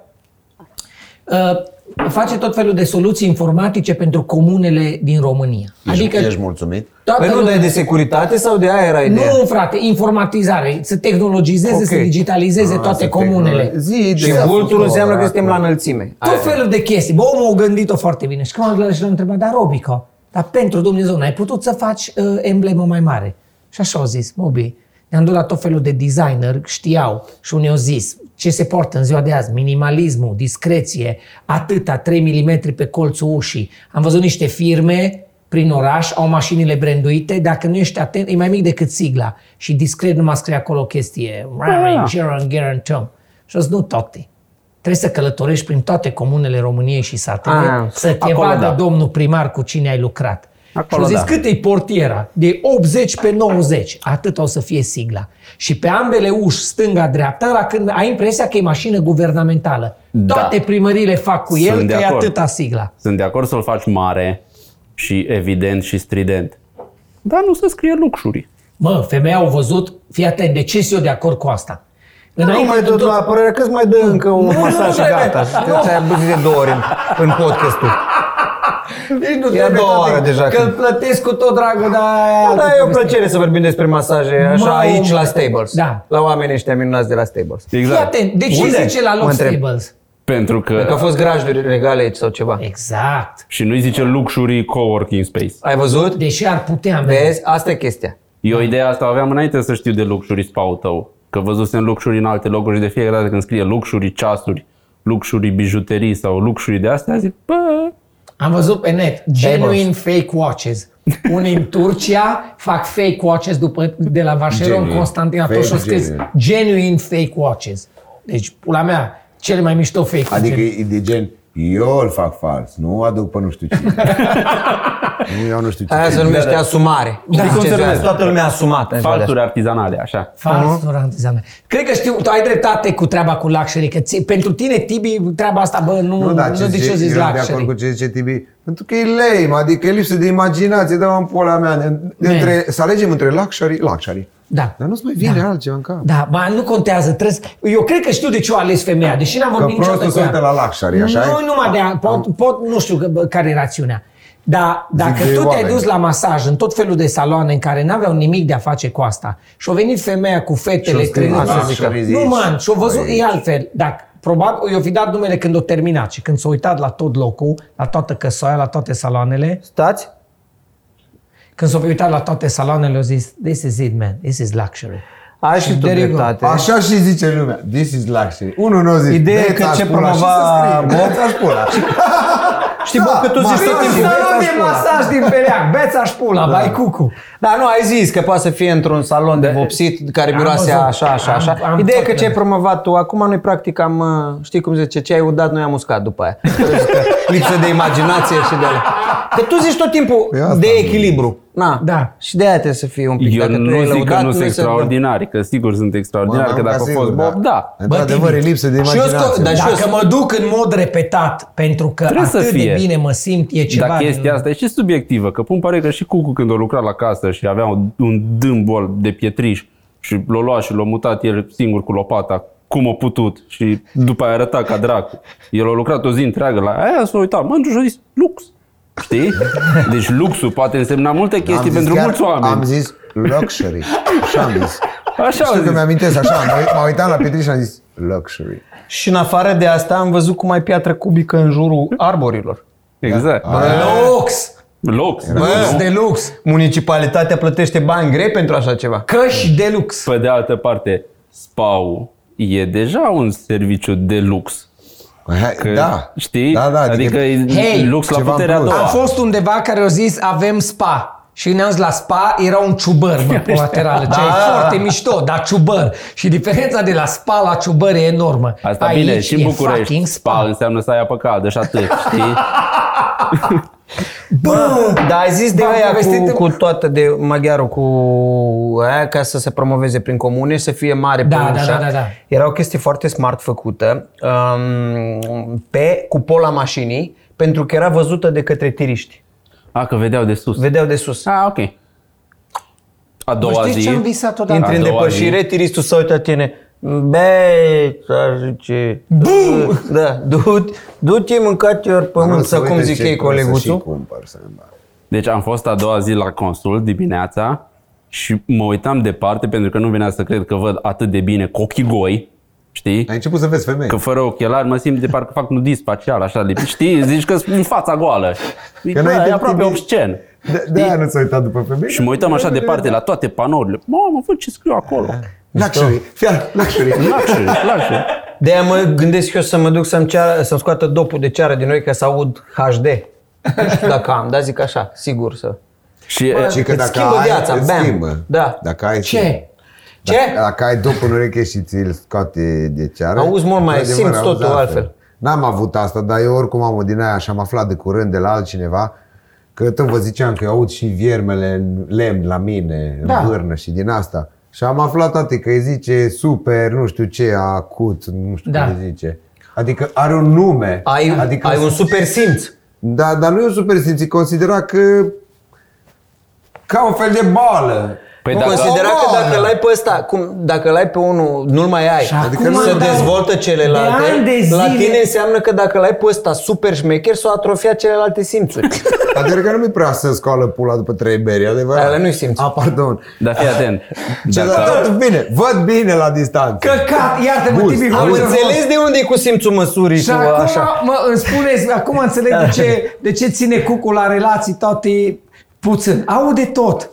[SPEAKER 3] Uh, face tot felul de soluții informatice pentru comunele din România.
[SPEAKER 4] Adică...
[SPEAKER 3] adică
[SPEAKER 4] Ești mulțumit?
[SPEAKER 3] toată
[SPEAKER 5] Păi nu,
[SPEAKER 3] lumea-
[SPEAKER 5] dar e de securitate sau de aia era ideea?
[SPEAKER 3] nu, frate, informatizare, să tehnologizeze,
[SPEAKER 5] Ok.
[SPEAKER 3] să digitalizeze toate
[SPEAKER 4] să
[SPEAKER 3] comunele.
[SPEAKER 4] tehnologi- Zi de
[SPEAKER 5] Și
[SPEAKER 4] ea,
[SPEAKER 5] vulturul
[SPEAKER 4] făcut-o,
[SPEAKER 5] înseamnă că
[SPEAKER 4] oracol.
[SPEAKER 5] suntem la înălțime.
[SPEAKER 3] Tot felul de chestii. Bă, omul a gândit-o foarte bine. Și când am gândit și l-am întrebat, dar Robico, dar pentru Dumnezeu, n-ai putut să faci uh, emblemă mai mare? Și așa au zis, Mobi, ne-am dus la tot felul de designer, știau și unii au zis ce se poartă în ziua de azi, minimalismul, discreție, atâta, 3 mm pe colțul ușii. Am văzut niște firme prin oraș, au mașinile branduite, dacă nu ești atent, e mai mic decât sigla și discret nu mă scrie acolo o chestie. Ranger, Guarantum. Și au zis, nu toate. Trebuie să călătorești prin toate comunele României și satele,
[SPEAKER 5] Ah,
[SPEAKER 3] să te
[SPEAKER 2] acolo
[SPEAKER 3] vadă
[SPEAKER 2] da.
[SPEAKER 3] domnul primar cu cine ai lucrat.
[SPEAKER 2] Acolo
[SPEAKER 3] și au zis,
[SPEAKER 2] da.
[SPEAKER 3] cât e portiera? De 80 pe 90. Atât o să fie sigla. Și pe ambele uși, stânga-dreapta, la când ai impresia că e mașină guvernamentală.
[SPEAKER 2] Da.
[SPEAKER 3] Toate primările fac cu el,
[SPEAKER 2] Sunt
[SPEAKER 3] că
[SPEAKER 2] de
[SPEAKER 3] e
[SPEAKER 2] acord.
[SPEAKER 3] atâta sigla.
[SPEAKER 2] Sunt de acord să-l faci mare și evident și strident. Dar nu să scrie luxuri.
[SPEAKER 3] Mă, femeia au văzut, fii atent, de ce sunt eu de acord cu asta?
[SPEAKER 2] Da,
[SPEAKER 5] Nu mai
[SPEAKER 3] de
[SPEAKER 5] dă la părere că îți mai dă încă un
[SPEAKER 3] nu,
[SPEAKER 5] masaj și
[SPEAKER 3] nu,
[SPEAKER 5] gata.
[SPEAKER 3] nu.
[SPEAKER 5] Că ți-ai abuzit de două ori în, în podcastul.
[SPEAKER 3] Nici nu
[SPEAKER 5] E a doua oară deja.
[SPEAKER 3] Că îl plătesc cu tot dragul, dar...
[SPEAKER 5] Da, e o plăcere să vorbim despre masaje
[SPEAKER 3] Mamă.
[SPEAKER 5] așa aici la Stables.
[SPEAKER 3] Da.
[SPEAKER 5] La oamenii ăștia minunați de la Stables.
[SPEAKER 3] Fii
[SPEAKER 2] Exact.
[SPEAKER 3] atent, de ce
[SPEAKER 5] Unde?
[SPEAKER 3] zice la
[SPEAKER 5] Mă
[SPEAKER 3] Love
[SPEAKER 5] întreb.
[SPEAKER 3] Stables?
[SPEAKER 2] Pentru
[SPEAKER 5] Că
[SPEAKER 2] că...
[SPEAKER 5] au fost grajduri regale aici sau ceva.
[SPEAKER 3] Exact.
[SPEAKER 2] Și nu-i zice luxury coworking space.
[SPEAKER 5] Ai văzut?
[SPEAKER 3] Deși ar putea merge.
[SPEAKER 5] Vezi? Asta e chestia.
[SPEAKER 2] Eu ideea asta o aveam înainte să știu de luxury spa-ul tău. Că văzusem luxury în alte locuri și de fiecare dată când scrie luxury ceasuri, luxury bijuterii sau luxury de astea, zic, bă,
[SPEAKER 3] Am văzut pe net genuine fake watches. Unii în Turcia fac fake watches după, de la Vacheron
[SPEAKER 4] Genuine.
[SPEAKER 3] Constantinatul și
[SPEAKER 4] Fake,
[SPEAKER 3] scris
[SPEAKER 4] genuine.
[SPEAKER 3] genuine fake watches. Deci, pula mea, cele mai mișto fake
[SPEAKER 4] Adică
[SPEAKER 3] watches.
[SPEAKER 4] e de gen, eu îl fac fals, nu aduc pe nu știu cine. nu, eu nu știu cine.
[SPEAKER 5] Aia se numește asumare. Da.
[SPEAKER 2] cum se numește?
[SPEAKER 5] Toată lumea asumată. în ziua de
[SPEAKER 2] falsuri artizanale, așa.
[SPEAKER 3] Falsuri artizanale. Cred că știu, tu ai dreptate cu treaba cu luxury, că ți, pentru tine, Tibi, treaba asta, bă, nu, nu,
[SPEAKER 4] Nu, dar ce
[SPEAKER 3] nu de ce o
[SPEAKER 4] zice, eu
[SPEAKER 3] zici
[SPEAKER 4] sunt de acord cu
[SPEAKER 3] luxury.
[SPEAKER 4] ce zice Tibi. Pentru că e lame, adică e lipsă de imaginație, dă în pula mea. În- Între, să alegem între luxury, luxury.
[SPEAKER 3] Da.
[SPEAKER 4] Dar nu-ți mai vine altceva în cap.
[SPEAKER 3] Da, ba, nu contează. Trebuie să... Eu cred că știu de ce o ales femeia, deși n-am vorbit
[SPEAKER 4] Da. prostul
[SPEAKER 3] niciodată
[SPEAKER 4] se
[SPEAKER 3] cu ea.
[SPEAKER 4] uită la luxury, așa
[SPEAKER 3] Nu,
[SPEAKER 4] e?
[SPEAKER 3] numai de a, pot, pot, nu știu că, bă, care e rațiunea. Dar dacă
[SPEAKER 4] de
[SPEAKER 3] tu te-ai
[SPEAKER 4] oameni.
[SPEAKER 3] dus la masaj în tot felul de saloane în care n-aveau nimic de a face cu asta și a venit femeia cu fetele
[SPEAKER 4] Și-o scris
[SPEAKER 3] trânate,
[SPEAKER 4] luxury,
[SPEAKER 3] zică,
[SPEAKER 4] zici,
[SPEAKER 3] nu man, și-o văzut,
[SPEAKER 4] aici.
[SPEAKER 3] e altfel. Dacă, probabil, eu fi dat numele când o terminat și când s-a uitat la tot locul, la toată căsoaia, la toate saloanele,
[SPEAKER 5] Stați?
[SPEAKER 3] când s-a uitat la toate saloanele, a zis, this is it, man, this is luxury.
[SPEAKER 5] Ai și tu
[SPEAKER 3] de regulă.
[SPEAKER 5] dreptate.
[SPEAKER 4] Așa și zice lumea. This is luxury. Unul nu zice.
[SPEAKER 5] Ideea e că ce promova Bob-
[SPEAKER 4] Bob... pula.
[SPEAKER 5] Știi, Bob, că tu zici tot
[SPEAKER 4] masaj,
[SPEAKER 5] timpul.
[SPEAKER 4] da.
[SPEAKER 3] Salon de masaj din Peleac, beța-și pula, da. bai cucu.
[SPEAKER 5] Dar nu, ai zis că poate să fie într-un salon de vopsit care
[SPEAKER 3] Am
[SPEAKER 5] miroase
[SPEAKER 3] văzut.
[SPEAKER 5] așa, așa,
[SPEAKER 3] Am-
[SPEAKER 5] așa.
[SPEAKER 3] am
[SPEAKER 5] Ideea e
[SPEAKER 3] tot
[SPEAKER 5] că ce ai
[SPEAKER 3] de-
[SPEAKER 5] promovat tu, acum noi practic am, uh, știi cum zice, ce ai udat, noi am uscat după aia. Deci că Lipsă de imaginație și de alea. Că tu zici tot timpul
[SPEAKER 4] Păi asta
[SPEAKER 5] de
[SPEAKER 4] am
[SPEAKER 5] echilibru. Na.
[SPEAKER 3] Da.
[SPEAKER 5] Și de aia trebuie să fie un pic. Păi
[SPEAKER 2] Eu
[SPEAKER 5] Dacă tu
[SPEAKER 2] nu
[SPEAKER 5] ai
[SPEAKER 2] zic că
[SPEAKER 5] lăudat,
[SPEAKER 2] nu sunt
[SPEAKER 5] noi să-
[SPEAKER 2] extraordinari, că sigur sunt extraordinari, că dacă a fost Bob, da.
[SPEAKER 4] Într-adevăr, e lipsă de
[SPEAKER 5] Și eu scot-
[SPEAKER 4] imaginație.
[SPEAKER 5] dar și eu
[SPEAKER 3] Dacă mă duc în mod repetat, pentru că
[SPEAKER 2] Trebuie să
[SPEAKER 3] atât de
[SPEAKER 2] fie.
[SPEAKER 3] bine mă simt, e ceva...
[SPEAKER 2] Dar chestia
[SPEAKER 3] din-
[SPEAKER 2] asta e și subiectivă, că pun pare că și Cucu când o lucra la casă și avea un, un dâmbol de pietriș și l-a luat și l-a mutat el singur cu lopata, cum a putut și după aia arăta ca dracu. El a lucrat o zi întreagă la aia, s-a uitat, mă, și a zis, lux. Știi? Deci luxul poate însemna multe
[SPEAKER 4] Am
[SPEAKER 2] chestii
[SPEAKER 4] zis
[SPEAKER 2] pentru
[SPEAKER 4] chiar-
[SPEAKER 2] mulți oameni.
[SPEAKER 4] Am zis luxury. Și am zis.
[SPEAKER 2] Așa
[SPEAKER 4] Știu
[SPEAKER 2] am
[SPEAKER 4] că
[SPEAKER 2] zis.
[SPEAKER 4] mi-amintesc așa, m-am uit- m-am uitat la Petri și am zis luxury.
[SPEAKER 5] Și în afară de asta am văzut cum ai piatră cubică în jurul arborilor.
[SPEAKER 2] Exact.
[SPEAKER 4] Da.
[SPEAKER 5] Lux!
[SPEAKER 2] Lux.
[SPEAKER 5] Bă,
[SPEAKER 2] nu?
[SPEAKER 5] de lux! Municipalitatea plătește bani grei pentru așa ceva.
[SPEAKER 3] Căști de lux.
[SPEAKER 2] Pe de altă parte, spau e deja un serviciu de lux.
[SPEAKER 4] Hai,
[SPEAKER 2] Că,
[SPEAKER 4] da.
[SPEAKER 2] Știi?
[SPEAKER 4] Da, da,
[SPEAKER 2] adică e
[SPEAKER 3] Hei,
[SPEAKER 2] lux la
[SPEAKER 4] ceva în
[SPEAKER 2] puterea a
[SPEAKER 4] plus.
[SPEAKER 2] doua.
[SPEAKER 3] Am fost undeva care au zis avem spa. Și ne-am zis la spa, era un ciubăr, bă, pe laterală, ce e foarte mișto, dar ciubăr. Și diferența de la spa la ciubăr e enormă.
[SPEAKER 2] Asta
[SPEAKER 3] Aici
[SPEAKER 2] bine, și în
[SPEAKER 3] e
[SPEAKER 2] București.
[SPEAKER 3] fucking
[SPEAKER 2] Spa. înseamnă să ai apă caldă și atât, știi?
[SPEAKER 3] Bă,
[SPEAKER 5] Dar Da, ai zis de
[SPEAKER 3] V-am
[SPEAKER 5] aia
[SPEAKER 3] povestit-
[SPEAKER 5] cu, cu toată de maghiarul cu aia ca să se promoveze prin comune, să fie mare
[SPEAKER 3] Da,
[SPEAKER 5] pe
[SPEAKER 3] da,
[SPEAKER 5] ușa.
[SPEAKER 3] da, da, da.
[SPEAKER 5] Era o chestie foarte smart făcută um, pe cupola mașinii pentru că era văzută de către tiriști.
[SPEAKER 2] A, că vedeau de sus.
[SPEAKER 5] Vedeau de sus.
[SPEAKER 2] A, ok. A doua
[SPEAKER 3] știți
[SPEAKER 2] zi...
[SPEAKER 3] ce am visat odată?
[SPEAKER 5] Intri în
[SPEAKER 2] a doua
[SPEAKER 5] depășire, tiristul se uită la tine. Bă, ți-ar zice... Bum! Da, du- du-te, mâncați ori
[SPEAKER 4] Nu
[SPEAKER 5] pământ,
[SPEAKER 4] se
[SPEAKER 5] să cum
[SPEAKER 4] uite
[SPEAKER 5] zic
[SPEAKER 4] ce
[SPEAKER 5] ei
[SPEAKER 4] cumpăr, să și
[SPEAKER 5] coleguțul.
[SPEAKER 4] cumpăr, să îmi bag.
[SPEAKER 2] Deci am fost a doua zi la consult dimineața și mă uitam departe pentru că nu venea să cred că văd atât de bine cu ochii goi, știi?
[SPEAKER 4] Ai început să vezi femei.
[SPEAKER 2] Că fără ochelari mă simt de parcă fac nudist facial, așa, de, știi? Zici că sunt în fața goală. Că
[SPEAKER 4] înainte
[SPEAKER 2] da, e aproape
[SPEAKER 4] când-
[SPEAKER 2] obscen.
[SPEAKER 4] De, de aia nu s-a uitat după femei.
[SPEAKER 2] Și mă uitam așa departe la toate panourile. Mamă, văd ce scriu acolo.
[SPEAKER 4] Luxury, fia, luxury.
[SPEAKER 2] Lașe, lașe.
[SPEAKER 5] De aia mă gândesc eu să mă duc să-mi, ceară, să-mi scoată dopul de ceară din noi ca să aud HD. Nu știu dacă am, dar zic așa, sigur să.
[SPEAKER 2] Și
[SPEAKER 4] Și Deci că
[SPEAKER 5] Da, Îți
[SPEAKER 4] dacă
[SPEAKER 5] schimbă
[SPEAKER 4] ai,
[SPEAKER 5] viața,
[SPEAKER 4] îți
[SPEAKER 5] bam.
[SPEAKER 4] schimbă.
[SPEAKER 5] Da.
[SPEAKER 4] Dacă ai,
[SPEAKER 3] ce?
[SPEAKER 5] Ce?
[SPEAKER 4] Dacă, dacă ai dop în ureche și ți-l scoate de ceară...
[SPEAKER 5] Auzi mult mai-
[SPEAKER 4] într-adevăr,
[SPEAKER 5] simți
[SPEAKER 4] auzi
[SPEAKER 5] totul altfel.
[SPEAKER 4] N-am avut asta, dar eu oricum am o din aia și am aflat de curând de la altcineva că tot vă ziceam că eu aud și viermele în lemn la mine, da.
[SPEAKER 3] Da.
[SPEAKER 4] în vârnă și din asta. Și am aflat toate că îi zice super, nu știu ce, acut, nu știu da.
[SPEAKER 3] Da.
[SPEAKER 4] cum îi zice. Adică are un nume.
[SPEAKER 5] Ai,
[SPEAKER 4] adică
[SPEAKER 5] adică ai un super simț.
[SPEAKER 4] Da, dar nu e un super simț, e considera că ca un fel de boală.
[SPEAKER 2] Păi
[SPEAKER 5] Păi
[SPEAKER 2] dacă-
[SPEAKER 5] considera
[SPEAKER 4] O
[SPEAKER 5] că
[SPEAKER 4] boală.
[SPEAKER 5] dacă l-ai pe ăsta, cum, dacă l-ai pe unul, nu-l mai ai.
[SPEAKER 3] Și
[SPEAKER 5] Adică
[SPEAKER 3] acum
[SPEAKER 5] se
[SPEAKER 3] am dat-
[SPEAKER 5] dezvoltă celelalte.
[SPEAKER 3] de ani de
[SPEAKER 5] La
[SPEAKER 3] zile-
[SPEAKER 5] tine înseamnă că dacă l-ai pe ăsta super șmecher, s-o atrofia celelalte simțuri.
[SPEAKER 4] Adică că nu mi-e prea să scoală pula după trei beri, e adevărat.
[SPEAKER 5] Alea nu-i simți. Da,
[SPEAKER 4] A, pardon.
[SPEAKER 2] Dar da, fii atent.
[SPEAKER 4] Ce
[SPEAKER 2] Dacă-
[SPEAKER 4] dar tot bine, văd bine la distanță.
[SPEAKER 3] Căcat, iartă-mă,
[SPEAKER 4] Buz,
[SPEAKER 3] Tibi,
[SPEAKER 4] am
[SPEAKER 5] Am
[SPEAKER 3] Hoxha.
[SPEAKER 5] înțeles de unde e cu simțul măsurii
[SPEAKER 3] Și
[SPEAKER 5] cu
[SPEAKER 3] acum,
[SPEAKER 5] așa.
[SPEAKER 3] mă, îmi spuneți, acum înțeleg de ce, de ce ține cucul la relații toate puțin. Aude tot.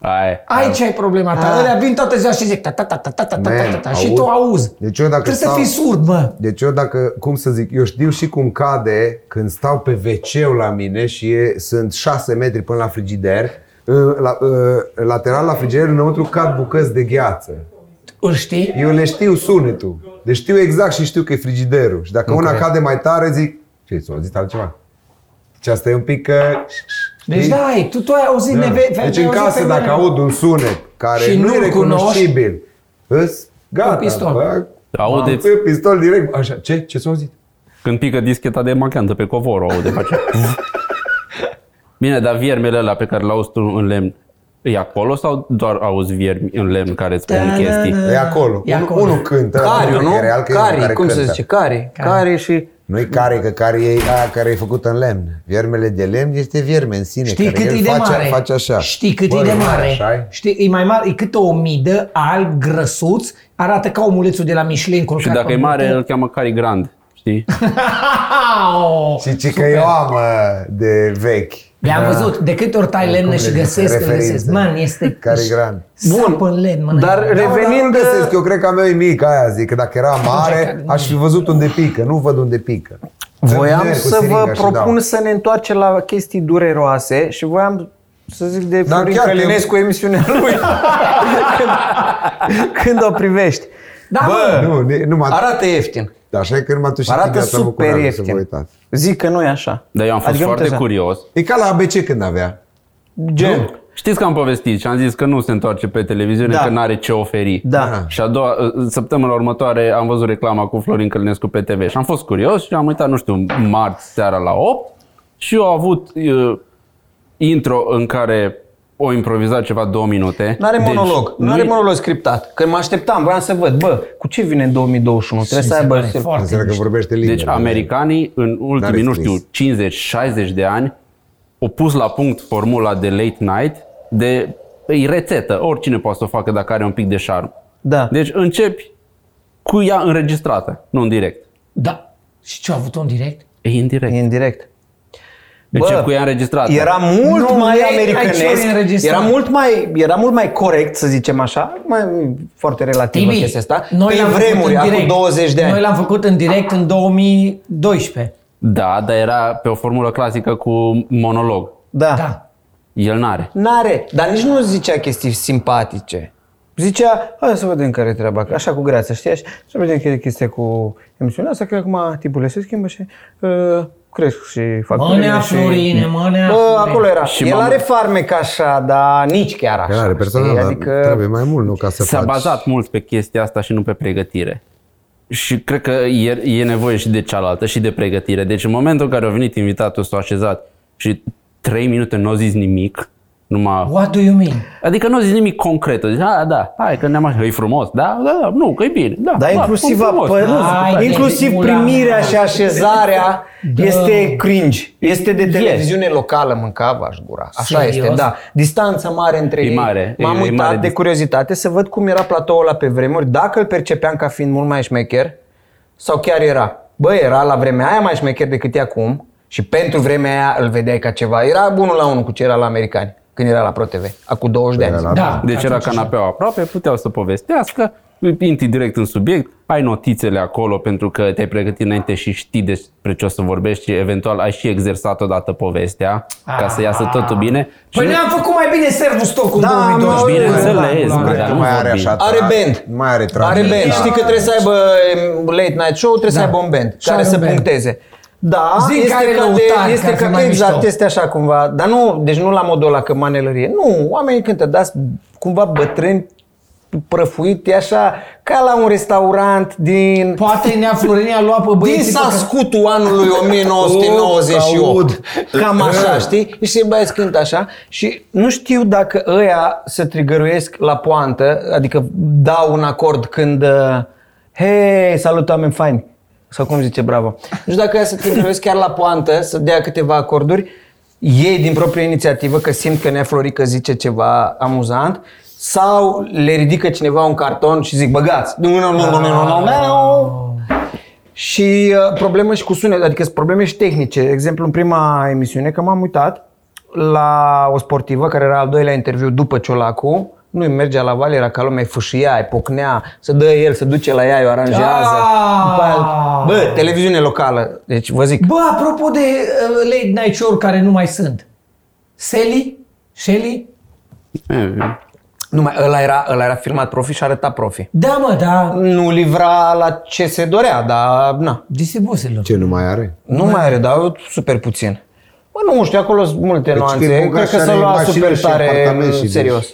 [SPEAKER 2] Ai.
[SPEAKER 3] Aici ai problema ta. Ălea vin toată ziua și zic ta ta ta ta ta ta ta ta, ta, ta
[SPEAKER 4] Ah. Man,
[SPEAKER 3] și
[SPEAKER 4] aud.
[SPEAKER 3] tu auzi.
[SPEAKER 4] Deci eu dacă
[SPEAKER 3] Trebuie să
[SPEAKER 4] stau-
[SPEAKER 3] fii surd, mă.
[SPEAKER 4] Deci eu dacă, cum să zic, eu știu și cum cade când stau pe wc la mine și e, sunt 6 metri până la frigider, în- la, în- lateral la frigider, înăuntru cad bucăți de gheață.
[SPEAKER 3] Îl știi?
[SPEAKER 4] Eu le știu sunetul. Deci știu exact și știu că e frigiderul. Și dacă una cade mai tare, zic, ce, s-a auzit altceva? Și asta e un pic că...
[SPEAKER 3] Deci da, ai, tu, tu ai auzit
[SPEAKER 4] Da.
[SPEAKER 3] neve... vei
[SPEAKER 4] Deci în
[SPEAKER 3] auzi
[SPEAKER 4] casă,
[SPEAKER 3] femeia.
[SPEAKER 4] dacă aud un sunet care
[SPEAKER 3] Și
[SPEAKER 4] nu e
[SPEAKER 3] nu-l cunoști,
[SPEAKER 4] recunoscibil, îs, gata,
[SPEAKER 3] Cu pistol.
[SPEAKER 4] bă,
[SPEAKER 5] Deci-
[SPEAKER 2] Audeți.
[SPEAKER 4] am pe pistol direct. Așa, ce? Ce s-a auzit?
[SPEAKER 2] Când pică discheta de macantă pe covor, o aude face. Bine, dar viermele ăla pe care l-auzi tu în lemn, e acolo sau doar auzi viermi în lemn care îți
[SPEAKER 5] Da,
[SPEAKER 2] spun chestii?
[SPEAKER 4] E acolo.
[SPEAKER 3] E
[SPEAKER 4] Unu-
[SPEAKER 3] acolo.
[SPEAKER 4] Unul cântă.
[SPEAKER 5] Cariu,
[SPEAKER 4] unul
[SPEAKER 5] nu?
[SPEAKER 4] e Da, Real că e unul
[SPEAKER 5] Cari,
[SPEAKER 4] care
[SPEAKER 5] cum se
[SPEAKER 4] cântă.
[SPEAKER 5] zice? Cari. Cari și...
[SPEAKER 4] Nu-i care, că care e aia care e făcută în lemn. Viermele de lemn este vierme în sine.
[SPEAKER 3] Știi
[SPEAKER 4] care
[SPEAKER 3] cât
[SPEAKER 4] el
[SPEAKER 3] e de
[SPEAKER 4] face,
[SPEAKER 3] mare?
[SPEAKER 4] Face așa.
[SPEAKER 3] Știi cât
[SPEAKER 4] Bă,
[SPEAKER 3] e de
[SPEAKER 4] așa e?
[SPEAKER 3] mare? Știi, e mai mare, e cât o omidă, alb, grăsuț, arată ca omulețul de la Michelin
[SPEAKER 2] Și
[SPEAKER 3] culcat
[SPEAKER 2] dacă
[SPEAKER 3] pe
[SPEAKER 2] e mare,
[SPEAKER 3] burtă.
[SPEAKER 2] îl cheamă Cari Grand, știi?
[SPEAKER 3] Au!
[SPEAKER 4] Și ci că eu am mă, de vechi.
[SPEAKER 3] Le-am văzut, de câte ori tai lemne
[SPEAKER 4] Da. Cum
[SPEAKER 3] și
[SPEAKER 4] le zic?
[SPEAKER 3] găsesc, îl
[SPEAKER 4] Referințe.
[SPEAKER 3] găsesc. Man, este...
[SPEAKER 4] Care-i gran.
[SPEAKER 3] Sapă în lemn, mă,
[SPEAKER 5] Dar
[SPEAKER 3] n-ai.
[SPEAKER 5] revenind...
[SPEAKER 4] Nu găsesc, eu cred că a mea e mic aia, zic, că dacă era mare,
[SPEAKER 3] care-
[SPEAKER 4] aș fi văzut unde pică, nu văd unde pică.
[SPEAKER 5] Voiam
[SPEAKER 4] Merg cu
[SPEAKER 5] să
[SPEAKER 4] siringa
[SPEAKER 5] vă
[SPEAKER 4] și
[SPEAKER 5] propun
[SPEAKER 4] dau.
[SPEAKER 5] să ne întoarcem la chestii dureroase și voiam să zic de
[SPEAKER 4] Dar
[SPEAKER 5] Florin
[SPEAKER 4] Da, chiar că-
[SPEAKER 5] Călinescu emisiunea lui. când, când o privești.
[SPEAKER 3] Da, mă,
[SPEAKER 4] Nu, ne- nu mă
[SPEAKER 5] Arată ieftin.
[SPEAKER 4] Așa e că numai tu și
[SPEAKER 5] Arată
[SPEAKER 4] Tibi ați avut
[SPEAKER 5] super
[SPEAKER 4] curajul să vă
[SPEAKER 5] ieftin.
[SPEAKER 4] uitați.
[SPEAKER 5] Zic că nu e așa.
[SPEAKER 2] Dar eu am fost
[SPEAKER 5] Adică nu
[SPEAKER 2] foarte
[SPEAKER 5] trebuie
[SPEAKER 2] curios.
[SPEAKER 4] E ca la ABC când avea.
[SPEAKER 5] Gen.
[SPEAKER 2] Știți că am povestit și am zis că nu se întoarce pe televiziune,
[SPEAKER 5] Da.
[SPEAKER 2] că n-are ce oferi.
[SPEAKER 5] Da.
[SPEAKER 2] Și a doua, în săptămâna următoare am văzut reclama cu Florin Călinescu pe TV și am fost curios și am uitat, nu știu, marți seara la 8 și eu am avut uh, intro în care o improvizat ceva două minute.
[SPEAKER 5] N-are
[SPEAKER 2] Deci,
[SPEAKER 5] monolog. Nu
[SPEAKER 2] nu-i-
[SPEAKER 5] are monolog scriptat. Că mă așteptam, voiam să văd. Bă, cu ce vine în 2021? Trebuie să aibă...
[SPEAKER 4] Înseamnă că vorbește liber.
[SPEAKER 2] Deci americanii în ultimii, nu
[SPEAKER 4] scris.
[SPEAKER 2] știu, 50-60 de ani au pus la punct formula de late night de e rețetă, oricine poate să o facă dacă are un pic de șarm.
[SPEAKER 5] Da.
[SPEAKER 2] Deci începi cu ea înregistrată, nu în direct.
[SPEAKER 3] Da. Și ce, a avut un direct?
[SPEAKER 2] E indirect.
[SPEAKER 5] E în direct.
[SPEAKER 2] Încep cu ea înregistrată.
[SPEAKER 5] Era mult
[SPEAKER 6] Da. Nu,
[SPEAKER 5] mai
[SPEAKER 6] e- aici
[SPEAKER 5] americanesc,
[SPEAKER 6] nu e înregistrat.
[SPEAKER 5] era mult mai, era mult mai corect, să zicem așa, mai, foarte relativ
[SPEAKER 6] Tibi,
[SPEAKER 5] chestia asta,
[SPEAKER 6] noi
[SPEAKER 5] pe
[SPEAKER 6] l-am făcut
[SPEAKER 5] vremuri,
[SPEAKER 6] în
[SPEAKER 5] acum
[SPEAKER 6] direct.
[SPEAKER 5] 20 de ani.
[SPEAKER 6] Noi l-am făcut în direct în 2012.
[SPEAKER 2] Da, dar era pe o formulă clasică cu monolog.
[SPEAKER 5] Da.
[SPEAKER 6] Da.
[SPEAKER 2] El n-are.
[SPEAKER 5] N-are, dar nici nu zicea chestii simpatice. Zicea, hai să vedem care e treaba, că așa cu greață, știi? așa, Să vedem care e chestia cu emisiunea asta, că acum timpurile se schimbă și uh, cresc și facturile
[SPEAKER 6] Mănea
[SPEAKER 5] și...
[SPEAKER 6] Florine, mănea
[SPEAKER 5] Bă,
[SPEAKER 6] Florine.
[SPEAKER 5] acolo era.
[SPEAKER 2] Și
[SPEAKER 5] Și El
[SPEAKER 2] m-am-
[SPEAKER 5] are farmec așa, dar nici chiar așa.
[SPEAKER 4] Chiar are
[SPEAKER 5] știi?
[SPEAKER 4] personal, adică...
[SPEAKER 5] adică...
[SPEAKER 4] trebuie mai mult, nu ca să
[SPEAKER 2] S-a
[SPEAKER 4] faci.
[SPEAKER 2] bazat mult pe chestia asta și nu pe pregătire. Și cred că e, e nevoie și de cealaltă, și de pregătire. Deci în momentul în care a venit invitatul, s-a așezat și trei minute nu a zis nimic, numai...
[SPEAKER 6] What do you mean?
[SPEAKER 2] Adică nu a zis nimic concret. A zis, da, da, hai că ne-am așa, e frumos, da, da, da, nu, că e bine, da,
[SPEAKER 5] Dar
[SPEAKER 2] da,
[SPEAKER 5] inclusiv,
[SPEAKER 2] e
[SPEAKER 5] a,
[SPEAKER 2] frumos,
[SPEAKER 5] pă,
[SPEAKER 2] da.
[SPEAKER 6] Hai
[SPEAKER 5] nu,
[SPEAKER 6] de
[SPEAKER 5] inclusiv
[SPEAKER 6] pula
[SPEAKER 5] primirea
[SPEAKER 6] mea.
[SPEAKER 5] și așezarea
[SPEAKER 6] Da.
[SPEAKER 5] este cringe. Este de
[SPEAKER 2] Yes.
[SPEAKER 5] televiziune locală, mâncava aș gura. Așa
[SPEAKER 6] Serios?
[SPEAKER 5] este, da. Distanța mare între
[SPEAKER 2] E
[SPEAKER 5] ei.
[SPEAKER 2] mare,
[SPEAKER 5] M-am
[SPEAKER 2] e- e
[SPEAKER 5] uitat
[SPEAKER 2] mare
[SPEAKER 5] de
[SPEAKER 2] distanță.
[SPEAKER 5] curiozitate să văd cum era platoul ăla pe vremuri, dacă îl percepeam ca fiind mult mai șmecher sau chiar era. Bă, era la vremea aia mai șmecher decât e acum și pentru vremea aia îl vedeai ca ceva. Era bunul la unul cu ce era la americani când era la ProTV, acum 20 de ani.
[SPEAKER 4] Era la-
[SPEAKER 6] Da.
[SPEAKER 2] Deci era canapeaua aproape, puteau să povestească, intri direct în subiect, ai notițele acolo pentru că te-ai pregătit înainte și știi despre ce o să vorbești și eventual ai și exersat odată povestea ca să iasă totul bine. Și
[SPEAKER 6] Păi
[SPEAKER 2] nu-
[SPEAKER 6] ne-am făcut mai bine servul stoc în
[SPEAKER 5] Da,
[SPEAKER 6] 2012.
[SPEAKER 5] mă,
[SPEAKER 2] bineînțeles,
[SPEAKER 6] Da,
[SPEAKER 2] mă,
[SPEAKER 6] da,
[SPEAKER 4] Cred
[SPEAKER 2] dar
[SPEAKER 4] că
[SPEAKER 2] nu
[SPEAKER 4] mai are
[SPEAKER 2] vorbim.
[SPEAKER 4] așa.
[SPEAKER 5] Are
[SPEAKER 4] tra-
[SPEAKER 5] band.
[SPEAKER 4] nu Mai are
[SPEAKER 5] Are
[SPEAKER 4] tragic.
[SPEAKER 5] band.
[SPEAKER 4] Da.
[SPEAKER 5] Știi că trebuie să aibă em, late night show, trebuie să aibă Da. un band
[SPEAKER 6] Și
[SPEAKER 5] care
[SPEAKER 6] are
[SPEAKER 5] să
[SPEAKER 6] un band.
[SPEAKER 5] puncteze. Da,
[SPEAKER 6] Zic
[SPEAKER 5] este
[SPEAKER 6] că are
[SPEAKER 5] ca
[SPEAKER 6] lăutari,
[SPEAKER 5] de, este
[SPEAKER 6] că ar fi
[SPEAKER 5] ca
[SPEAKER 6] mai
[SPEAKER 5] exact,
[SPEAKER 6] mișto.
[SPEAKER 5] este așa cumva, dar nu, deci nu la modul ăla că manelărie. Nu, oamenii cântă, dar sunt cumva bătrâni prăfuite așa, ca la un restaurant din
[SPEAKER 6] Poate Nea Florin a luat pe
[SPEAKER 3] Păi
[SPEAKER 5] din
[SPEAKER 6] băieții pe care-
[SPEAKER 5] Sascutul anului 1998.
[SPEAKER 4] Aud.
[SPEAKER 5] Cam așa, știi? Și se băieți cântă așa și nu știu dacă ăia se trigăruiesc la poantă, adică dau un acord când uh, hei, salut oameni faini, sau cum zice, bravo. Nu știu dacă ăia se trigăruiesc chiar la poantă să dea câteva acorduri, ei din proprie inițiativă că simt că Nea Florică zice ceva amuzant, sau le ridică cineva un carton și zic băgați. Nu, nu, nu, nu, nu, nu, nu. Și uh, probleme și cu sunet, adică sunt probleme și tehnice. De exemplu, în prima emisiune, că m-am uitat la o sportivă care era al doilea interviu după Ciolacu, nu-i mergea la val, era ca lumea, îi fâșia, îi pocnea, se dă el, se duce la ea, îi o aranjează.
[SPEAKER 6] Ah!
[SPEAKER 5] După aia, bă, televiziune locală, deci vă zic.
[SPEAKER 6] Bă, apropo de uh, late night show care nu mai sunt. Sally? Shelly?
[SPEAKER 2] Eh,
[SPEAKER 5] Numai ăla era, ăla era filmat profi și arăta profi.
[SPEAKER 6] Da, mă, da.
[SPEAKER 5] Nu livra la ce se dorea, dar na.
[SPEAKER 6] Disibusilor.
[SPEAKER 4] Ce nu mai are?
[SPEAKER 5] Nu mai are, dar super puțin. Bă, nu știu, acolo sunt multe
[SPEAKER 4] Deci
[SPEAKER 5] nuanțe.
[SPEAKER 4] când Boga
[SPEAKER 5] Cred că
[SPEAKER 4] și-a
[SPEAKER 5] s-a
[SPEAKER 4] luat
[SPEAKER 5] luat
[SPEAKER 4] mașină
[SPEAKER 5] super
[SPEAKER 4] și
[SPEAKER 5] tare
[SPEAKER 4] apartament
[SPEAKER 5] în
[SPEAKER 4] și deci-
[SPEAKER 5] serios.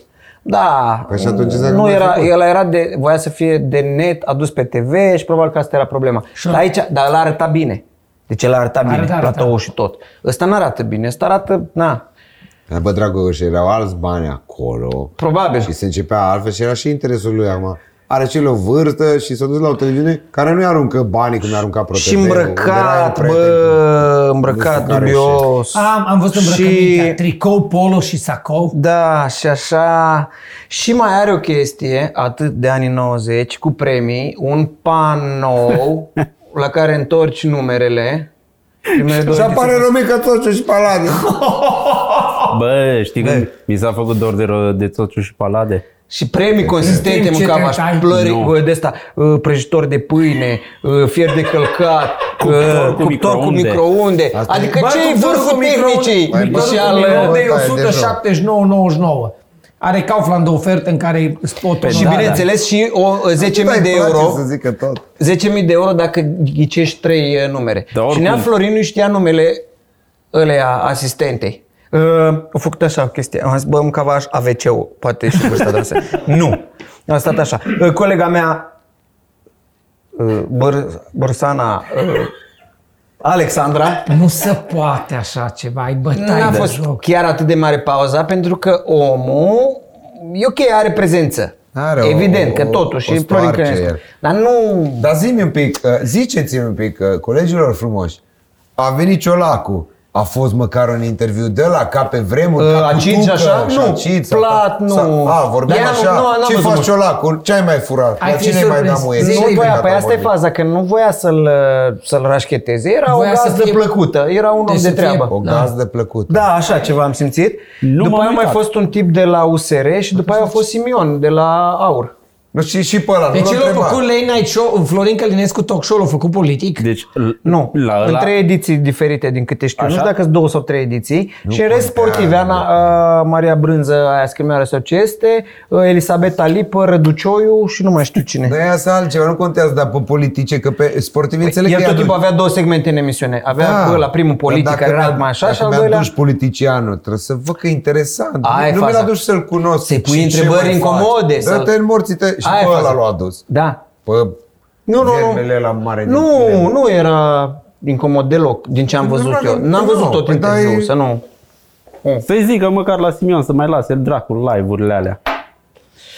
[SPEAKER 5] Da,
[SPEAKER 4] Păi și atunci înseamnă
[SPEAKER 5] nu
[SPEAKER 4] că n-a
[SPEAKER 5] era,
[SPEAKER 4] făcut.
[SPEAKER 5] el era de, voia să fie de net adus pe TV și probabil că asta era problema. Dar aici, dar el arăta bine. Deci el arăta bine,
[SPEAKER 6] Arăta,
[SPEAKER 5] arăta,
[SPEAKER 6] arăta.
[SPEAKER 5] platoul și tot. Ăsta nu arată bine, ăsta arată, na,
[SPEAKER 4] Dar bă, Dragoș, erau alți bani acolo.
[SPEAKER 5] probabil.
[SPEAKER 4] Și se începea altfel și era și interesul lui acum. Are cel o vârstă și s-a dus la o televiziune care nu-i aruncă banii cum i-a aruncat ProTV.
[SPEAKER 5] Și îmbrăcat, bă, îmbrăcat
[SPEAKER 4] care
[SPEAKER 5] dubios.
[SPEAKER 6] Am, am văzut îmbrăcămintea, și... tricou, polo și sacou.
[SPEAKER 5] Da, și așa. Și mai are o chestie, atât de anii 90, cu premii, un panou la care întorci numerele. Primele două
[SPEAKER 4] Și apare
[SPEAKER 5] ediții.
[SPEAKER 4] Romica Tociu și Palade.
[SPEAKER 2] Bă, știi când mi s-a făcut dor de, ro- de Tociu și Palade?
[SPEAKER 5] și premii consistente,
[SPEAKER 6] Timp ce
[SPEAKER 5] mâncam
[SPEAKER 6] te
[SPEAKER 5] așa,
[SPEAKER 6] tai.
[SPEAKER 5] plări
[SPEAKER 2] Nu.
[SPEAKER 5] no. de asta, uh, prăjitor de pâine, uh, fier de călcat,
[SPEAKER 2] Cuptor
[SPEAKER 5] uh,
[SPEAKER 2] cu
[SPEAKER 5] cuptor cu
[SPEAKER 2] microunde.
[SPEAKER 5] microunde.
[SPEAKER 4] Asta e-
[SPEAKER 5] Adică
[SPEAKER 6] Bă,
[SPEAKER 5] ce e
[SPEAKER 6] cuptorul
[SPEAKER 5] vârful
[SPEAKER 6] cu microunde-
[SPEAKER 5] tehnicii?
[SPEAKER 6] cuptorul
[SPEAKER 5] Și
[SPEAKER 6] cu
[SPEAKER 5] al...
[SPEAKER 6] microunde
[SPEAKER 4] Bă, tai, de
[SPEAKER 6] e 179,99. Are Kaufland o ofertă în care spotul...
[SPEAKER 2] Da,
[SPEAKER 5] Și bineînțeles și o 10.000 de euro.
[SPEAKER 4] Să zică tot.
[SPEAKER 5] 10.000 de euro dacă ghicești trei uh, numere.
[SPEAKER 2] Da,
[SPEAKER 5] și
[SPEAKER 2] oricum.
[SPEAKER 5] Nea Florin nu știa numele ălea asistentei. Uh, a făcut așa o chestie. Am zis, bă, îmi cava AVC-ul, poate și vârsta de asta. Nu. A stat așa. Uh, colega mea, uh, Băr- Bărsana, uh, Alexandra,
[SPEAKER 6] Da, Nu se poate așa ceva, ai bătaie
[SPEAKER 5] N-a
[SPEAKER 6] de
[SPEAKER 5] fost
[SPEAKER 6] joc.
[SPEAKER 5] chiar atât de mare pauza pentru că omul e ok, are prezență.
[SPEAKER 4] Are o-
[SPEAKER 5] Evident că
[SPEAKER 4] o-
[SPEAKER 5] totuși
[SPEAKER 4] o
[SPEAKER 5] e Florin
[SPEAKER 4] stoarce
[SPEAKER 5] Crănescu.
[SPEAKER 4] el.
[SPEAKER 5] Dar nu...
[SPEAKER 4] Dar zi-mi un pic, uh, ziceți-mi un pic, uh, colegilor frumoși, a venit Ciolacu, a fost măcar un interviu de la ca pe vremuri,
[SPEAKER 5] Ă,
[SPEAKER 4] ca cu
[SPEAKER 5] acid și
[SPEAKER 4] Tucă
[SPEAKER 5] așa? Nu,
[SPEAKER 4] acid sau-
[SPEAKER 5] plat, nu.
[SPEAKER 4] sau- A, vorbeam
[SPEAKER 5] Ia, nu,
[SPEAKER 4] așa,
[SPEAKER 5] nu, n-am
[SPEAKER 4] ce
[SPEAKER 5] văzut
[SPEAKER 4] faci
[SPEAKER 5] mult.
[SPEAKER 4] ciolacul, ce ai mai furat,
[SPEAKER 3] Ai
[SPEAKER 4] la
[SPEAKER 3] fi
[SPEAKER 4] cine mai
[SPEAKER 3] surprins.
[SPEAKER 4] da muie?
[SPEAKER 3] Zi,
[SPEAKER 4] Ce
[SPEAKER 3] zi,
[SPEAKER 5] Nu
[SPEAKER 4] ai
[SPEAKER 5] voia,
[SPEAKER 4] dat
[SPEAKER 5] păi
[SPEAKER 4] la
[SPEAKER 5] asta e
[SPEAKER 4] vorbit?
[SPEAKER 5] faza, că nu voia să-l, să-l rașcheteze, era
[SPEAKER 3] Voia
[SPEAKER 5] o
[SPEAKER 3] să
[SPEAKER 5] gazdă
[SPEAKER 3] fie-
[SPEAKER 5] plăcută, era un om
[SPEAKER 3] Deci
[SPEAKER 5] de
[SPEAKER 3] să fie-
[SPEAKER 5] treabă.
[SPEAKER 4] O gazdă plăcută.
[SPEAKER 5] Da, așa ceva am simțit.
[SPEAKER 2] Nu
[SPEAKER 5] după
[SPEAKER 2] m-am
[SPEAKER 5] aia a mai
[SPEAKER 2] uitat.
[SPEAKER 5] fost un tip de la USR și după aia a fost Simion de la Aur.
[SPEAKER 4] Nu știi și pe ăla, nu
[SPEAKER 3] Deci
[SPEAKER 4] l-a
[SPEAKER 3] el a
[SPEAKER 4] întrebat.
[SPEAKER 3] făcut late night show, Florin Călinescu talk show l-a făcut politic.
[SPEAKER 2] Deci, l-
[SPEAKER 5] Nu,
[SPEAKER 2] la
[SPEAKER 5] în
[SPEAKER 2] ăla,
[SPEAKER 5] trei ediții diferite din câte știu. Nu știu dacă sunt două sau trei ediții. și în rest
[SPEAKER 4] contează.
[SPEAKER 5] sportive, Ana, a, Maria Brânză, aia scrimioară sau ce este, a, Elisabeta Lipă, Răducioiu și nu mai știu cine.
[SPEAKER 4] Da, e asta altceva, nu contează, dar pe politice, că pe sportivi înțeleg
[SPEAKER 5] El
[SPEAKER 4] că
[SPEAKER 5] Păi, tot
[SPEAKER 4] i-aduci.
[SPEAKER 5] timpul avea două segmente în emisiune. Avea da, la primul politic
[SPEAKER 4] Ah, dar
[SPEAKER 5] care
[SPEAKER 4] dacă
[SPEAKER 5] era
[SPEAKER 4] mi-a-
[SPEAKER 5] mai așa și
[SPEAKER 4] dacă
[SPEAKER 5] al
[SPEAKER 4] mi-a
[SPEAKER 5] doilea...
[SPEAKER 4] dus politicianul, trebuie să văd că e interesant.
[SPEAKER 5] Aia e
[SPEAKER 4] nu mi-l
[SPEAKER 5] faza.
[SPEAKER 4] aduci să-l cunosc.
[SPEAKER 5] Să-i pui
[SPEAKER 4] Ce-
[SPEAKER 5] întrebări
[SPEAKER 4] ce mai
[SPEAKER 5] incomode,
[SPEAKER 4] faci?
[SPEAKER 5] să-l-
[SPEAKER 4] Dă-te în morții tăi. Și
[SPEAKER 5] Aia e
[SPEAKER 4] pe ăla
[SPEAKER 5] faza.
[SPEAKER 4] l-a adus.
[SPEAKER 5] Da.
[SPEAKER 4] Pe
[SPEAKER 5] Nu, nu,
[SPEAKER 4] germele
[SPEAKER 5] nu.
[SPEAKER 4] la mare.
[SPEAKER 5] Nu,
[SPEAKER 4] din-
[SPEAKER 5] nu era incomod deloc din ce am
[SPEAKER 4] Nu,
[SPEAKER 5] văzut
[SPEAKER 4] nu,
[SPEAKER 5] eu.
[SPEAKER 4] nu,
[SPEAKER 5] N-am
[SPEAKER 4] nu,
[SPEAKER 5] văzut
[SPEAKER 4] nu,
[SPEAKER 5] tot
[SPEAKER 4] păi, dar
[SPEAKER 5] interviul,
[SPEAKER 4] e-
[SPEAKER 5] să nu...
[SPEAKER 2] Să-i zică Păi măcar la Simion să mai lase dracul live-urile alea.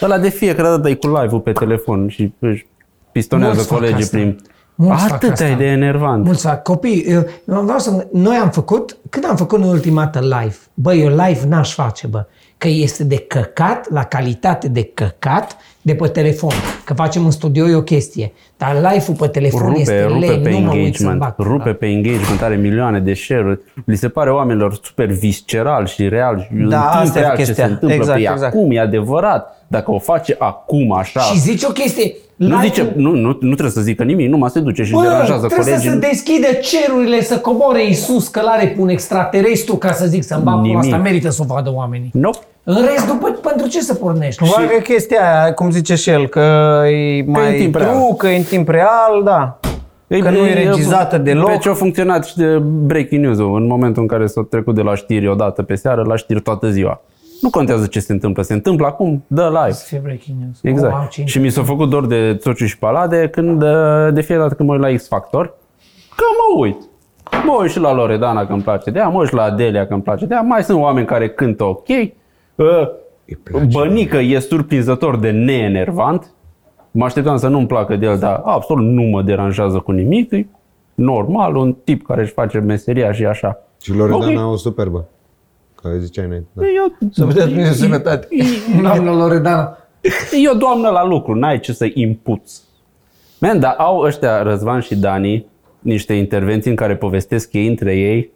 [SPEAKER 2] Ăla de fiecare dată e cu live-ul pe telefon și își pistonează
[SPEAKER 3] Mulți fac
[SPEAKER 2] colegii
[SPEAKER 3] asta.
[SPEAKER 2] prin...
[SPEAKER 3] Mulți fac
[SPEAKER 2] Atâta e
[SPEAKER 3] asta.
[SPEAKER 2] de enervant.
[SPEAKER 3] Mulți fac copii. Eu, eu vreau să, noi am făcut, când am făcut în ultima dată live, bă, eu live n-aș face, bă, că este de căcat, la calitate de căcat, de pe telefon. Că facem în studio e o chestie. Dar live-ul pe telefon este
[SPEAKER 2] rupe, rupe
[SPEAKER 3] lei,
[SPEAKER 2] pe
[SPEAKER 3] nu mă uit să
[SPEAKER 2] engagement,
[SPEAKER 3] bag.
[SPEAKER 2] rupe pe engagement, are milioane de share-uri. Li se pare oamenilor super visceral și real și în
[SPEAKER 3] Da,
[SPEAKER 2] timp
[SPEAKER 5] asta e
[SPEAKER 2] real ce se
[SPEAKER 5] chestia.
[SPEAKER 2] întâmplă.
[SPEAKER 5] Exact,
[SPEAKER 2] Exact, exact.
[SPEAKER 5] exact.
[SPEAKER 2] acum, e adevărat. Dacă o face acum așa,
[SPEAKER 3] Și zici o chestie.
[SPEAKER 2] nu,
[SPEAKER 3] live-ul-
[SPEAKER 2] zice, nu, nu, nu trebuie să zică nimic, numai se duce și
[SPEAKER 3] Bă,
[SPEAKER 2] deranjează
[SPEAKER 3] trebuie
[SPEAKER 2] colegii.
[SPEAKER 3] să se deschidă cerurile, să coboare Iisus, că l-are pe un extraterestru, ca să zic, să-mi bag pula
[SPEAKER 2] Nimic.
[SPEAKER 3] asta, merită să o vadă oamenii.
[SPEAKER 2] Nope.
[SPEAKER 3] În rest, după, pentru ce să pornești?
[SPEAKER 5] Probabil că chestia aia, cum zice și el, că e mai
[SPEAKER 2] în timp
[SPEAKER 5] true,
[SPEAKER 2] real.
[SPEAKER 5] că e în timp real, da. că nu e regizată deloc.
[SPEAKER 2] Pe ce a Deci funcționat și de breaking news-ul, în momentul în care s-a trecut de la știri o dată pe seară, la știri toată ziua. Nu contează ce se întâmplă, se întâmplă acum, dă live.
[SPEAKER 3] Să fie breaking news.
[SPEAKER 2] Exact.
[SPEAKER 3] Oh, Wow, ce
[SPEAKER 2] și mi s-a făcut dor de Țociu și Palade când, uh, de fiecare dată când mă uit la X Factor, că mă uit. Mă uit și la Loredana că îmi place de ea, mă uit și la Adelia că îmi place de ea, mai sunt oameni care cântă ok. Uh, Bănică e surprinzător de neenervant. Mă așteptam să nu-mi placă de el, dar absolut nu mă deranjează cu nimic. E normal, un tip care își face meseria și așa.
[SPEAKER 4] Și Loredana
[SPEAKER 2] Ok.
[SPEAKER 4] o superbă. Că ziceai noi. Da.
[SPEAKER 2] Eu,
[SPEAKER 5] Să vedeți Dumnezeu sănătate.
[SPEAKER 3] Doamna Loredana.
[SPEAKER 2] E o doamnă la lucru, n-ai ce să impuți. Man, dar au ăștia, Răzvan și Dani, niște intervenții în care povestesc ei între ei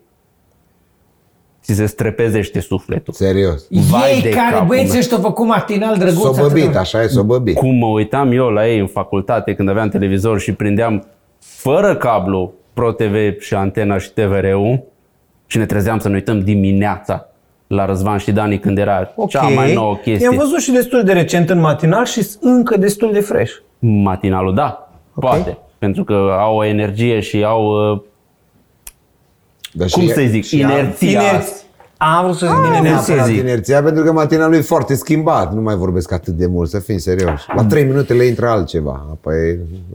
[SPEAKER 2] și se strepezește sufletul.
[SPEAKER 4] Serios.
[SPEAKER 2] Vai de
[SPEAKER 3] Ei care
[SPEAKER 2] capul
[SPEAKER 3] băieții
[SPEAKER 2] meu.
[SPEAKER 3] ăștia au făcut matinal drăguț.
[SPEAKER 4] S-o
[SPEAKER 3] atât
[SPEAKER 4] băbit,
[SPEAKER 3] de-
[SPEAKER 4] așa e, s-o băbit.
[SPEAKER 2] Cum mă uitam eu la ei în facultate când aveam televizor și prindeam fără cablu Pro TV și antena și TVR-ul și ne trezeam să ne uităm dimineața la Răzvan și Dani când era
[SPEAKER 5] Ok.
[SPEAKER 2] cea mai nouă
[SPEAKER 5] I-am
[SPEAKER 2] chestie.
[SPEAKER 5] văzut și destul de recent în matinal și sunt încă destul de fresh.
[SPEAKER 2] Matinalul, da, poate. Pentru că au o energie și au uh,
[SPEAKER 4] Dar și
[SPEAKER 2] cum
[SPEAKER 4] e-
[SPEAKER 2] să-i zic,
[SPEAKER 4] și ea-
[SPEAKER 2] inerția.
[SPEAKER 5] Inerți. Am vrut să zic din
[SPEAKER 4] Neapărat
[SPEAKER 5] inerție zic.
[SPEAKER 4] inerția, pentru că matina lui e foarte schimbat. Nu mai vorbesc atât de mult, să fim serios. La 3 minute le intră altceva. Apoi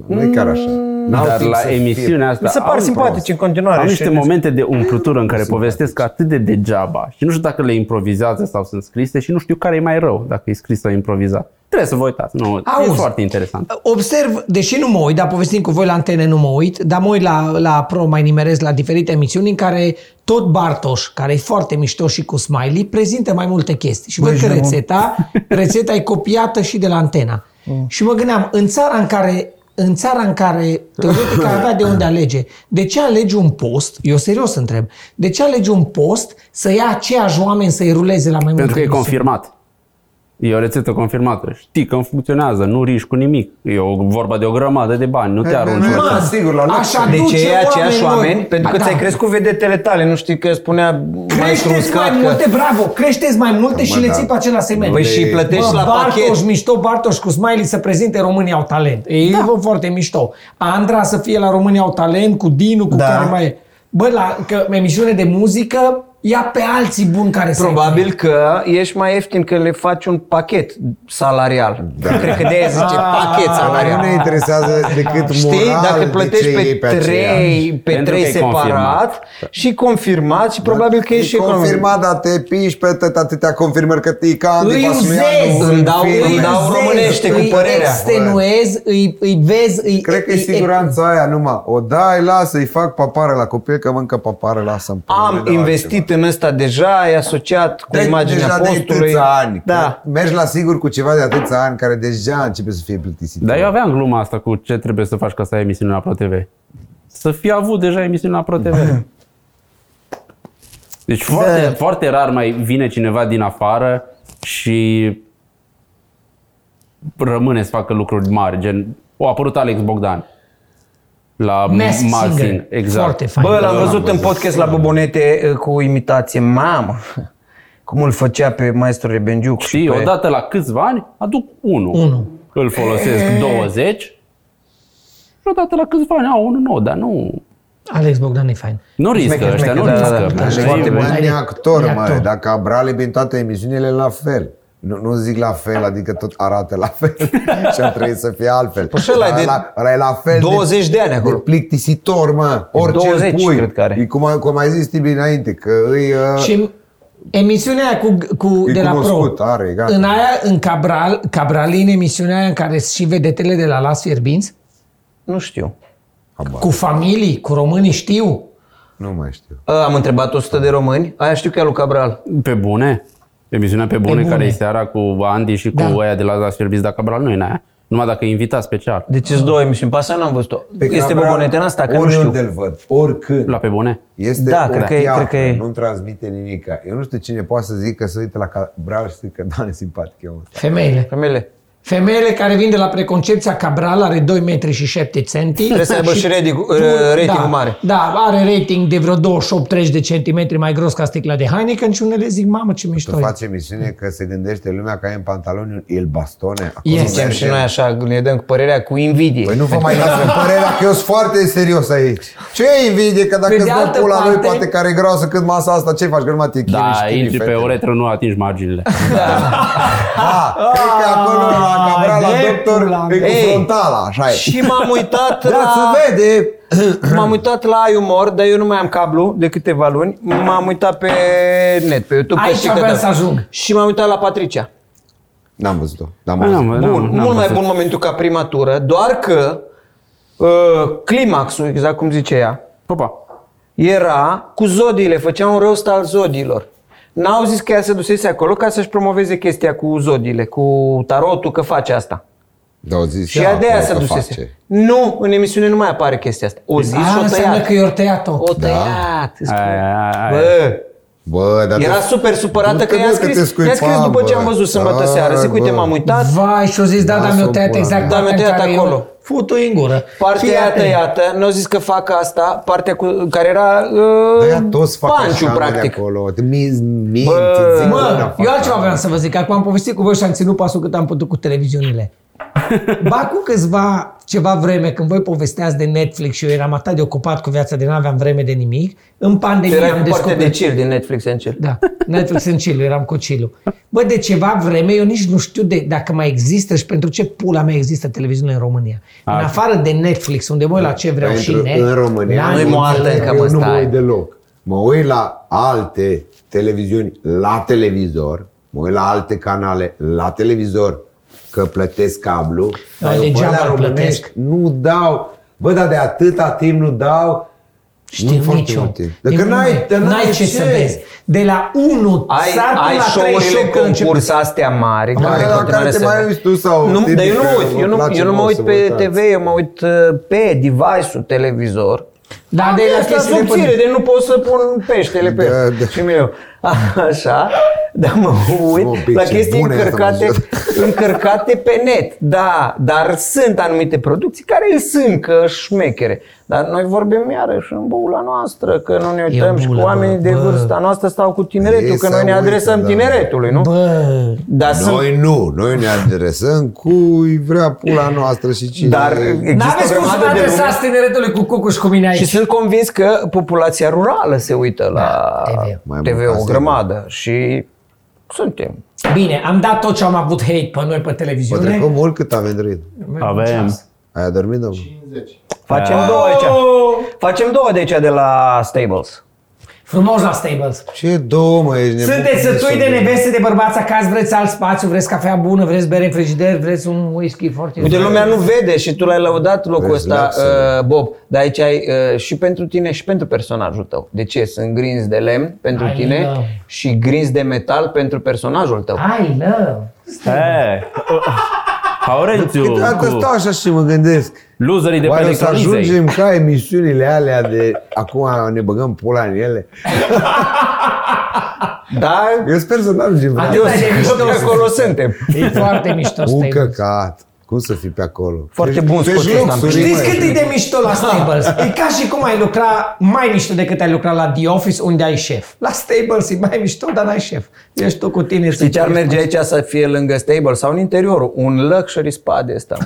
[SPEAKER 4] nu e chiar așa. N-au
[SPEAKER 2] Dar
[SPEAKER 4] timp
[SPEAKER 2] la
[SPEAKER 4] să fie-
[SPEAKER 2] emisiunea asta
[SPEAKER 5] Mi se par
[SPEAKER 2] au-
[SPEAKER 5] simpatici în continuare.
[SPEAKER 2] Am
[SPEAKER 5] și-
[SPEAKER 2] niște momente de umplutură în care povestesc atât de degeaba și nu știu dacă le improvizează sau sunt scrise și nu știu care e mai rău, dacă e scris sau improvizat. Trebuie să vă uitați, nu, e
[SPEAKER 3] Auzi.
[SPEAKER 2] foarte interesant.
[SPEAKER 3] Observ, deși nu mă uit, dar povestim cu voi la antene nu mă uit, dar mă uit la, la Pro, mai nimerez la diferite emisiuni în care tot Bartoș, care e foarte mișto și cu Smiley, prezintă mai multe chestii. Și văd că rețeta, rețeta e copiată și de la antena. Și mă gândeam, în țara în care în țara în care teoretic ai avea de unde alege, de ce alegi un post, eu serios întreb, de ce alegi un post să ia aceiași oameni să-i ruleze la mai multe
[SPEAKER 2] Pentru că e
[SPEAKER 3] emisiuni?
[SPEAKER 2] confirmat. E o rețetă confirmată. Știi că funcționează, nu riști cu nimic. E o, vorba de o grămadă de bani, nu te
[SPEAKER 5] Păi,
[SPEAKER 4] Hai,
[SPEAKER 2] arunci.
[SPEAKER 4] hai, hai.
[SPEAKER 5] Da,
[SPEAKER 3] Man,
[SPEAKER 4] Sigur, la loc.
[SPEAKER 3] așa
[SPEAKER 5] De
[SPEAKER 3] duce
[SPEAKER 5] ce e aceiași
[SPEAKER 3] noi.
[SPEAKER 5] oameni? Pentru că
[SPEAKER 3] Ba
[SPEAKER 5] ți-ai
[SPEAKER 3] da.
[SPEAKER 5] crescut vedetele tale, nu știi că spunea maestru
[SPEAKER 3] Creșteți mai
[SPEAKER 5] Uscat
[SPEAKER 3] multe,
[SPEAKER 5] că...
[SPEAKER 3] bravo, creșteți mai multe și
[SPEAKER 4] mă,
[SPEAKER 3] le
[SPEAKER 4] da.
[SPEAKER 3] ții pe același segment.
[SPEAKER 5] Păi și plătești
[SPEAKER 3] Bă,
[SPEAKER 5] la
[SPEAKER 3] Bartoș,
[SPEAKER 5] pachet.
[SPEAKER 3] mișto, Bartoș cu Smiley să prezinte România au talent. E da. foarte mișto. Andra să fie la România au talent cu Dinu, cu
[SPEAKER 5] Da.
[SPEAKER 3] care mai e. Bă, la că, emisiune de muzică, ia pe alții buni care să
[SPEAKER 5] Probabil că ești mai ieftin că le faci un pachet salarial. Da. Cred că de-aia zice
[SPEAKER 2] Ah.
[SPEAKER 5] pachet
[SPEAKER 4] Dar nu
[SPEAKER 5] salarial.
[SPEAKER 4] ne interesează decât moral
[SPEAKER 5] Știi, dacă plătești
[SPEAKER 4] de ce
[SPEAKER 5] pe,
[SPEAKER 4] iei pe aceea.
[SPEAKER 5] trei, pe
[SPEAKER 2] Pentru
[SPEAKER 5] trei
[SPEAKER 2] că e confirmat.
[SPEAKER 5] separat și confirmat și probabil că ești și
[SPEAKER 4] Da. e confirmat, dar te piși pe tăt atâtea confirmări că te candi
[SPEAKER 3] Îi
[SPEAKER 4] Vasulianu,
[SPEAKER 3] uzezi,
[SPEAKER 4] în
[SPEAKER 5] îmi dau-
[SPEAKER 4] filme.
[SPEAKER 5] îi dau
[SPEAKER 4] Uzezi,
[SPEAKER 5] românește cu
[SPEAKER 4] îi-
[SPEAKER 3] îi
[SPEAKER 5] părerea.
[SPEAKER 3] extenuezi, îi, îi vezi, îi...
[SPEAKER 4] Cred că e
[SPEAKER 3] îi-
[SPEAKER 4] siguranța aia numai. O dai, lasă-i fac papare la copil, că mănâncă papare, lasă-mi pune de
[SPEAKER 5] Am
[SPEAKER 4] altceva.
[SPEAKER 5] investit în ăsta deja, e asociat cu
[SPEAKER 4] Deci
[SPEAKER 5] imaginea
[SPEAKER 4] deja de
[SPEAKER 5] postului.
[SPEAKER 4] atâția ani.
[SPEAKER 5] Da.
[SPEAKER 4] Că Mergi la sigur cu ceva de atâția ani care deja începe să fie plictisit.
[SPEAKER 5] Da,
[SPEAKER 2] Dar eu aveam gluma asta cu ce trebuie să faci ca să ai emisiune la ProTV. Să fi avut deja emisiune la ProTV. Deci foarte, foarte rar mai vine cineva din afară și rămâne să facă lucruri mari, gen a apărut Alex Bogdan la
[SPEAKER 3] Mask
[SPEAKER 2] Mask
[SPEAKER 3] Singer.
[SPEAKER 2] Singer. Exact.
[SPEAKER 3] Foarte fain.
[SPEAKER 6] Bă, l-am văzut
[SPEAKER 2] da.
[SPEAKER 6] în podcast la Bobonete
[SPEAKER 5] eh,
[SPEAKER 6] uh, cu imitație. Mamă! Cum îl făcea pe maestru Rebengiuc.
[SPEAKER 2] Și
[SPEAKER 6] pe-
[SPEAKER 2] odată la câțiva ani aduc unul. Unu. Îl folosesc 20 și odată la câțiva ani au unul nou, dar nu...
[SPEAKER 3] Alex Bogdan e fain.
[SPEAKER 2] Nu riscă,
[SPEAKER 6] Șmecher,
[SPEAKER 2] ăștia nu
[SPEAKER 6] șmecher, da, da,
[SPEAKER 2] riscă.
[SPEAKER 6] da, da.
[SPEAKER 4] Și
[SPEAKER 2] Ei,
[SPEAKER 4] foarte
[SPEAKER 2] bă,
[SPEAKER 4] bani
[SPEAKER 3] e-
[SPEAKER 4] Deci, e actor,
[SPEAKER 3] e
[SPEAKER 4] mă.
[SPEAKER 3] actor.
[SPEAKER 4] Dacă Abrali în toate emisiunile, la fel. Nu, nu zic la fel, adică tot arată la fel și ar trebui să fie altfel.
[SPEAKER 5] Păi și ăla e de
[SPEAKER 4] la, ăla e la fel
[SPEAKER 5] 20 de ani acolo.
[SPEAKER 4] De plictisitor, mă. Orice
[SPEAKER 5] 20
[SPEAKER 4] îl pui.
[SPEAKER 5] cred că are.
[SPEAKER 4] E cum, a- cum ai zis Tibi înainte, că îi... Uh,
[SPEAKER 3] Și emisiunea aia cu, cu
[SPEAKER 4] E
[SPEAKER 3] de la
[SPEAKER 4] cunoscut,
[SPEAKER 3] Pro.
[SPEAKER 4] are, gata.
[SPEAKER 3] În aia, în Cabral, Cabralin, emisiunea aia în care sunt și vedetele de la Las Fierbinți,
[SPEAKER 5] Nu știu.
[SPEAKER 3] cu familii, cu românii știu.
[SPEAKER 4] Nu mai știu.
[SPEAKER 5] A, Ă, am întrebat 100 de români. Aia știu că e a lui Cabral.
[SPEAKER 2] Pe bune? Emisiunea pe bune,
[SPEAKER 3] bune.
[SPEAKER 2] care e seara cu Andy și cu
[SPEAKER 3] Da.
[SPEAKER 2] da. aia de la Las Fierbis, dacă Cabral nu e în aia. Numai dacă e invitat special.
[SPEAKER 5] Deci sunt două emisiuni. Pe asta n-am văzut-o. Este
[SPEAKER 4] Cabral,
[SPEAKER 5] Bobonete în asta, că nu știu.
[SPEAKER 4] Oriunde îl văd, oricând.
[SPEAKER 2] La pe bune?
[SPEAKER 4] Este
[SPEAKER 5] Da,
[SPEAKER 4] o
[SPEAKER 5] cred că e-
[SPEAKER 4] piatră,
[SPEAKER 5] cred că e.
[SPEAKER 4] Nu transmite nimic. Eu nu știu cine poate să zică să uite la Cabral și să zică, da, e simpatic e omul ăsta.
[SPEAKER 3] Femeile.
[SPEAKER 5] Femeile.
[SPEAKER 3] Femeile care vin de la preconcepția Cabral are 2 metri și 7 centi.
[SPEAKER 5] Trebuie să aibă și rating- ratingul
[SPEAKER 3] da,
[SPEAKER 5] mare.
[SPEAKER 3] Da, are rating de vreo 28-30 de centimetri mai gros ca sticla de Heineken și unele zic, mamă ce mișto
[SPEAKER 4] Să
[SPEAKER 3] e.
[SPEAKER 4] face emisiune că se gândește lumea că ai în pantaloni un il bastone. Acolo
[SPEAKER 3] Yes.
[SPEAKER 4] merge.
[SPEAKER 5] Zicem și noi așa, ne dăm cu părerea cu invidie.
[SPEAKER 4] Păi nu vă mai dați în părerea că eu sunt foarte serios aici. Ce invidie că dacă
[SPEAKER 3] Pe de
[SPEAKER 4] îți dă
[SPEAKER 3] altă
[SPEAKER 4] pula lui,
[SPEAKER 3] parte-
[SPEAKER 4] poate care e groasă cât masa asta, ce faci? Că numai te chini și
[SPEAKER 2] Da,
[SPEAKER 4] chini,
[SPEAKER 2] intri pe
[SPEAKER 4] fetele.
[SPEAKER 2] uretră, nu atingi marginile.
[SPEAKER 4] Da,
[SPEAKER 5] Ah,
[SPEAKER 4] cred că acolo la cabra, la doctor, e cu
[SPEAKER 5] Ei.
[SPEAKER 4] frontala, așa e.
[SPEAKER 5] Și m-am uitat
[SPEAKER 4] Da,
[SPEAKER 5] la...
[SPEAKER 4] se vede.
[SPEAKER 5] M-am uitat la iUmor, dar eu nu mai am cablu de câteva luni. M-am uitat pe net, pe YouTube. pe
[SPEAKER 3] Aici
[SPEAKER 5] știi că
[SPEAKER 3] vreau
[SPEAKER 5] da.
[SPEAKER 3] să ajung.
[SPEAKER 5] Și m-am uitat la Patricia.
[SPEAKER 4] N-am văzut-o. N-am
[SPEAKER 2] Bă, n-am-
[SPEAKER 4] auzit.
[SPEAKER 2] n-am-
[SPEAKER 5] Bun,
[SPEAKER 2] n-am
[SPEAKER 5] mult mai
[SPEAKER 2] văzut.
[SPEAKER 5] bun momentul ca prima tură, doar că uh, climaxul, exact cum zice ea,
[SPEAKER 2] Opa.
[SPEAKER 5] era cu zodiile, făcea un rost al zodiilor. N-au zis că ea se dusese acolo ca să-și promoveze chestia cu zodiile, cu tarotul, că face asta.
[SPEAKER 4] Da, o zis
[SPEAKER 5] Și ea de aia
[SPEAKER 4] acolo
[SPEAKER 5] se
[SPEAKER 4] că
[SPEAKER 5] dusese.
[SPEAKER 4] face.
[SPEAKER 5] Nu, în emisiune nu mai apare chestia asta. O zis și
[SPEAKER 3] A,
[SPEAKER 5] o
[SPEAKER 3] înseamnă
[SPEAKER 5] tăiat.
[SPEAKER 3] că i-or tăiat-o.
[SPEAKER 5] O tăiat. Îți spun.
[SPEAKER 2] Aia, aia, aia.
[SPEAKER 5] Bă,
[SPEAKER 4] Bă, dar
[SPEAKER 5] era
[SPEAKER 4] te-
[SPEAKER 5] super supărată
[SPEAKER 4] Du-te,
[SPEAKER 5] că i-a
[SPEAKER 4] bă, te
[SPEAKER 5] scris,
[SPEAKER 4] scuipam,
[SPEAKER 5] i-a scris după ce am
[SPEAKER 4] bă.
[SPEAKER 5] văzut sâmbătă
[SPEAKER 4] Da,
[SPEAKER 5] seara. Zic, uite,
[SPEAKER 4] bă.
[SPEAKER 5] m-am uitat,
[SPEAKER 3] Vai, și-o zis, da, dar
[SPEAKER 4] Lasă-o
[SPEAKER 3] mi-o tăiat
[SPEAKER 4] pula
[SPEAKER 3] exact
[SPEAKER 4] mea.
[SPEAKER 5] Da, mi-o
[SPEAKER 3] partea în
[SPEAKER 5] tăiat
[SPEAKER 3] care eu-
[SPEAKER 5] acolo.
[SPEAKER 3] Fut-o în gură.
[SPEAKER 5] Partea
[SPEAKER 3] Fii
[SPEAKER 5] aia
[SPEAKER 3] atent.
[SPEAKER 5] tăiată, nu au zis că fac asta, partea cu, care era uh,
[SPEAKER 3] da,
[SPEAKER 4] Aia toți fac
[SPEAKER 5] panciu,
[SPEAKER 4] așa, mă, de
[SPEAKER 5] practic.
[SPEAKER 4] acolo. Te minți, minți,
[SPEAKER 5] Bă,
[SPEAKER 4] îți zic,
[SPEAKER 5] mă,
[SPEAKER 4] da,
[SPEAKER 3] Mă,
[SPEAKER 4] fac
[SPEAKER 3] eu altceva
[SPEAKER 4] așa.
[SPEAKER 3] vreau să vă zic. Acum am povestit cu voi și am ținut pasul cât am putut cu televiziunile. Ba cu câțiva, ceva vreme, când voi povesteați de Netflix și eu eram atât de ocupat cu viața de n-aveam vreme de nimic, în pandemie
[SPEAKER 5] Era
[SPEAKER 3] am
[SPEAKER 5] cu partea
[SPEAKER 3] descoperit...
[SPEAKER 4] deci-
[SPEAKER 5] de chill din Netflix în chill.
[SPEAKER 3] Da, Netflix în chill, eram cu chill Bă, de ceva vreme, eu nici nu știu de, dacă mai există și pentru ce pula mea există televiziune în România. În afară de Netflix, unde mă uit la ce vreau și
[SPEAKER 4] Pentru-
[SPEAKER 3] net,
[SPEAKER 4] în România.
[SPEAKER 3] la
[SPEAKER 5] nu-i
[SPEAKER 4] în
[SPEAKER 3] nimic.
[SPEAKER 5] moarte
[SPEAKER 4] România,
[SPEAKER 5] încă, mă,
[SPEAKER 4] eu nu mă
[SPEAKER 5] stai.
[SPEAKER 4] uit deloc. Mă uit la alte televiziuni la televizor, mă uit la alte canale la televizor, că plătesc cablu.
[SPEAKER 3] Da,
[SPEAKER 4] eu pe
[SPEAKER 3] degeaba
[SPEAKER 4] alea
[SPEAKER 3] îl
[SPEAKER 4] românești
[SPEAKER 3] plătesc.
[SPEAKER 4] Nu dau. Bă, dar de atâta timp nu dau.
[SPEAKER 3] Știu
[SPEAKER 4] Nu-i foarte
[SPEAKER 3] nicio.
[SPEAKER 4] multe. Dacă
[SPEAKER 3] Din
[SPEAKER 4] n-ai-
[SPEAKER 3] lume.
[SPEAKER 4] dar n-ai
[SPEAKER 3] n-ai ce
[SPEAKER 4] ce.
[SPEAKER 3] să vezi. De la 1
[SPEAKER 5] Ai,
[SPEAKER 3] sar până
[SPEAKER 5] ai
[SPEAKER 3] la 3
[SPEAKER 5] show-urile concurs astea mari
[SPEAKER 4] Mare,
[SPEAKER 5] care,
[SPEAKER 4] la
[SPEAKER 5] în continuare
[SPEAKER 4] care te
[SPEAKER 5] se
[SPEAKER 4] mai
[SPEAKER 5] văd.
[SPEAKER 4] uiți tu sau
[SPEAKER 5] da, nu,
[SPEAKER 4] Tibi
[SPEAKER 5] dar eu nu
[SPEAKER 4] Freu,
[SPEAKER 5] mă uit, eu
[SPEAKER 4] vă
[SPEAKER 5] nu,
[SPEAKER 4] place
[SPEAKER 5] eu nu mă
[SPEAKER 4] nouă
[SPEAKER 5] uit
[SPEAKER 4] să
[SPEAKER 5] pe
[SPEAKER 4] vă uitați.
[SPEAKER 5] TV, eu mă uit uh, pe device-ul televizor.
[SPEAKER 3] Dar Da, de
[SPEAKER 4] Păi,
[SPEAKER 3] la
[SPEAKER 5] Păi, Asta
[SPEAKER 3] chestiile
[SPEAKER 5] subțire, de nu pot să pun peștele pe
[SPEAKER 4] Da,
[SPEAKER 5] el.
[SPEAKER 4] da.
[SPEAKER 5] Și eu, așa, dar mă
[SPEAKER 4] Mă,
[SPEAKER 5] uit
[SPEAKER 4] pic,
[SPEAKER 5] la
[SPEAKER 4] ce
[SPEAKER 5] chestii
[SPEAKER 4] bune asta,
[SPEAKER 5] încărcate,
[SPEAKER 4] Dumnezeu.
[SPEAKER 5] încărcate pe net. Da, dar sunt anumite producții care îi sunt că șmechere. Dar noi vorbim iarăși în bula noastră, că nu ne uităm și cu
[SPEAKER 3] bulă,
[SPEAKER 5] oamenii
[SPEAKER 3] bă,
[SPEAKER 5] de
[SPEAKER 3] bă.
[SPEAKER 5] vârsta noastră stau cu tineretul,
[SPEAKER 4] Ei
[SPEAKER 5] că
[SPEAKER 4] se
[SPEAKER 5] noi ne
[SPEAKER 4] uită,
[SPEAKER 5] adresăm
[SPEAKER 4] da.
[SPEAKER 5] tineretului, nu?
[SPEAKER 3] Bă,
[SPEAKER 5] Dar sunt
[SPEAKER 4] Noi nu, noi ne adresăm cui vrea pula noastră și cine
[SPEAKER 5] Dar
[SPEAKER 4] e.
[SPEAKER 5] există
[SPEAKER 3] n-aveți
[SPEAKER 5] o
[SPEAKER 3] cum să
[SPEAKER 5] grămadă
[SPEAKER 3] vă
[SPEAKER 5] de lume-
[SPEAKER 3] adresați tineretului cu cucuș cu mine aici.
[SPEAKER 5] Și sunt
[SPEAKER 6] sunt convins că populația rurală se uită
[SPEAKER 3] Da.
[SPEAKER 6] la
[SPEAKER 3] TV.
[SPEAKER 4] Mai mult ca
[SPEAKER 6] TV o
[SPEAKER 4] sigur.
[SPEAKER 6] grămadă și suntem.
[SPEAKER 3] Bine, am dat tot ce am avut hate pe noi pe
[SPEAKER 4] O
[SPEAKER 3] televiziune.
[SPEAKER 4] trecut mult cât avem dormit.
[SPEAKER 2] Avem.
[SPEAKER 4] Ai adormit, domnul?
[SPEAKER 6] Facem două aici. Facem două de aici de la Stables.
[SPEAKER 3] Frumos la Stables.
[SPEAKER 4] Ce două, mă, ești nebun.
[SPEAKER 3] Sunteți
[SPEAKER 4] Cum
[SPEAKER 3] sătui de
[SPEAKER 4] sunt?
[SPEAKER 3] neveste de bărbați acasă, vreți alt spațiu, vreți cafea bună, vreți bere în frigider, vreți un whisky foarte...
[SPEAKER 6] Uite, lumea nu vede și tu l-ai lăudat locul
[SPEAKER 4] Vezi,
[SPEAKER 6] ăsta,
[SPEAKER 4] lasă-mă.
[SPEAKER 6] uh, Bob, dar aici ai uh, și pentru tine și pentru personajul tău. De ce? Sunt grinzi de lemn pentru
[SPEAKER 3] Ai
[SPEAKER 6] tine
[SPEAKER 3] lău.
[SPEAKER 6] și grinzi de metal pentru personajul tău.
[SPEAKER 3] Ai, love.
[SPEAKER 2] Hei! Haurențiu!
[SPEAKER 4] Câteodată
[SPEAKER 2] cu
[SPEAKER 4] stau așa și mă gândesc.
[SPEAKER 2] Loserii de pe
[SPEAKER 4] Oare o să
[SPEAKER 2] electrolizei.
[SPEAKER 4] ajungem ca emisiunile alea de acum ne băgăm pula în ele?
[SPEAKER 6] Dar
[SPEAKER 4] Eu sper să nu ajungem.
[SPEAKER 3] Adios.
[SPEAKER 6] eu
[SPEAKER 4] vreodată.
[SPEAKER 3] Asta e
[SPEAKER 6] sunt
[SPEAKER 3] mișto.
[SPEAKER 6] că acolo suntem.
[SPEAKER 3] E foarte mișto
[SPEAKER 4] Un
[SPEAKER 3] Stables.
[SPEAKER 4] căcat. Cum să fii pe acolo? Deci-
[SPEAKER 6] Foarte bun
[SPEAKER 4] Tu ești
[SPEAKER 6] scotesc, am
[SPEAKER 4] luxuri,
[SPEAKER 6] primit.
[SPEAKER 4] mă,
[SPEAKER 3] Știți cât
[SPEAKER 4] ești
[SPEAKER 3] e
[SPEAKER 6] păi.
[SPEAKER 3] de mișto
[SPEAKER 6] Da.
[SPEAKER 3] la Stables? E ca și cum ai lucra mai mișto decât ai lucra la The Office unde ai șef. La Stables e mai mișto, dar n-ai șef. Ești tu cu tine.
[SPEAKER 6] Știi ce ar merge aici să fie lângă stable sau în interiorul? Un luxury spa de ăsta.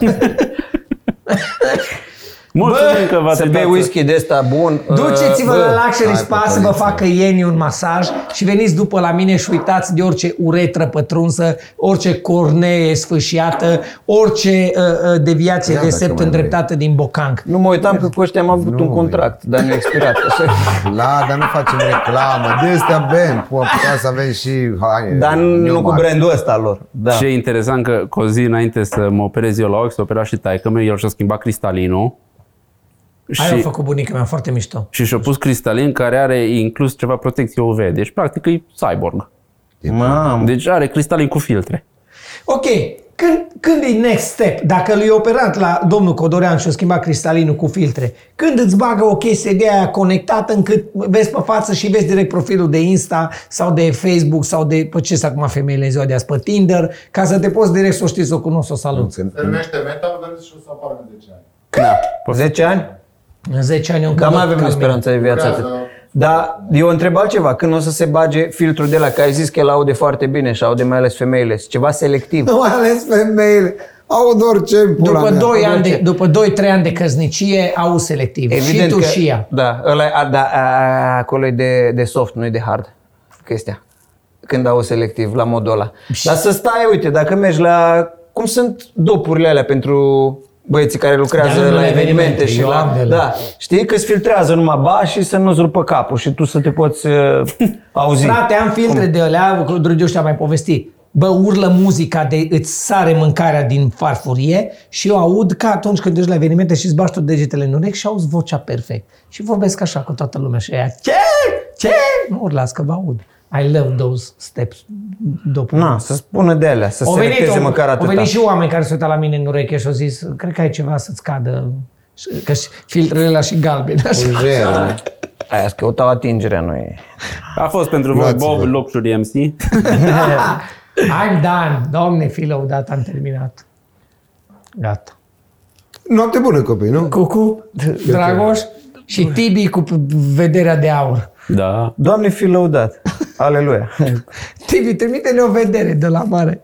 [SPEAKER 2] Mulțumim că v-ați
[SPEAKER 6] Să bei
[SPEAKER 2] uitat.
[SPEAKER 6] whisky de ăsta bun.
[SPEAKER 3] Duceți-vă
[SPEAKER 6] Uh,
[SPEAKER 3] la Luxury
[SPEAKER 4] hai,
[SPEAKER 3] Spa să
[SPEAKER 4] Păcăliță.
[SPEAKER 3] vă
[SPEAKER 6] păi.
[SPEAKER 3] facă ieni un masaj și veniți după la mine și uitați de orice uretră pătrunsă, orice cornee sfâșiată, orice uh, uh, deviație
[SPEAKER 4] Ia
[SPEAKER 3] de
[SPEAKER 4] dacă
[SPEAKER 3] sept
[SPEAKER 4] mai
[SPEAKER 3] îndreptată din bocanc.
[SPEAKER 6] Nu mă uitam că cu ăștia am avut un contract, dar nu a expirat.
[SPEAKER 4] La, dar nu facem reclamă. De astea avem. Pua, putea să avem și haine.
[SPEAKER 6] Dar nu cu
[SPEAKER 4] Newmark.
[SPEAKER 6] brandul ăsta al lor. Da.
[SPEAKER 2] Ce e interesant că cu o zi înainte să mă operez eu la ochi, să opera și taică meu, el și-a schimbat cristalinul
[SPEAKER 3] Aia a
[SPEAKER 2] și,
[SPEAKER 3] făcut bunica mea, foarte mișto.
[SPEAKER 2] și și-a pus cristalin care are inclus ceva protecție UV. Deci, practic, e cyborg.
[SPEAKER 6] Mamă.
[SPEAKER 2] Deci are cristalin cu filtre.
[SPEAKER 3] Ok, când, când e next step? Dacă lui operat la domnul Codorean și-a schimbat cristalinul cu filtre, când îți bagă o chestie de aia conectată încât vezi pe față și vezi direct profilul de Insta sau de Facebook sau de pe ce sunt acum femeile în ziua de azi, pe Tinder, ca să te poți direct să o știi, să o cunoști, să o saluți.
[SPEAKER 5] Se numește Metaverse și o să apară în 10 ani.
[SPEAKER 6] 10 ani?
[SPEAKER 3] În 10 ani eu încă
[SPEAKER 6] Dar mai
[SPEAKER 3] văd
[SPEAKER 6] avem
[SPEAKER 3] Carmen.
[SPEAKER 6] speranța de viață.
[SPEAKER 5] Durează.
[SPEAKER 6] atât. Dar
[SPEAKER 5] Da,
[SPEAKER 6] eu întreb altceva. Când o să se bage filtrul de la, că ai zis că îl aude foarte bine și aude mai ales femeile, ceva selectiv.
[SPEAKER 4] Nu mai ales femeile. Aud orice în pula
[SPEAKER 3] După
[SPEAKER 4] mea.
[SPEAKER 3] 2 ani, de, după 2-3 ani de căsnicie, au selectiv. și tu
[SPEAKER 6] că,
[SPEAKER 3] și ea.
[SPEAKER 6] Da, ăla, a, da a, acolo e de, de soft, nu e de hard chestia. Când au selectiv, la modul ăla. Dar să stai, uite, dacă mergi la... Cum sunt dopurile alea pentru băieții care lucrează
[SPEAKER 3] De-a lungul
[SPEAKER 6] la evenimente,
[SPEAKER 3] evenimente,
[SPEAKER 6] și
[SPEAKER 3] eu am
[SPEAKER 6] la...
[SPEAKER 3] de la-
[SPEAKER 6] Da, știi că îți filtrează numai ba și să nu-ți rupă capul și tu să te poți uh, auzi.
[SPEAKER 3] Frate, am filtre de alea, cu Drugiu și-a mai povestit. Bă, urlă muzica de îți sare mâncarea din farfurie și eu aud ca atunci când ești la evenimente și îți bași tot degetele în urechi și auzi vocea perfect. Și vorbesc așa cu toată lumea și aia, ce? Ce? Nu urlați că vă aud. I love those steps. După.
[SPEAKER 6] Na, să spună de alea, să
[SPEAKER 3] Au
[SPEAKER 6] selecteze
[SPEAKER 3] au-
[SPEAKER 6] măcar
[SPEAKER 3] au
[SPEAKER 6] atâta.
[SPEAKER 3] venit și oameni care se uitau la mine în ureche și au zis, cred că ai ceva să-ți cadă, Și- că și filtrele alea și galben.
[SPEAKER 6] Păi
[SPEAKER 3] Așa.
[SPEAKER 4] Jer,
[SPEAKER 6] Aia, îți căutau atingerea, nu e.
[SPEAKER 2] A fost pentru voi
[SPEAKER 4] Luați-vă.
[SPEAKER 2] Bob Luxury MC.
[SPEAKER 3] I'm done. Doamne, fi lăudat, am terminat. Gata.
[SPEAKER 4] Noapte bună, copii, nu?
[SPEAKER 3] Cucu, Dragoș și Tibi cu p- vederea de aur.
[SPEAKER 2] Da.
[SPEAKER 6] Doamne, fi lăudat. Aleluia.
[SPEAKER 3] Tibi, trimite-ne o vedere de la mare.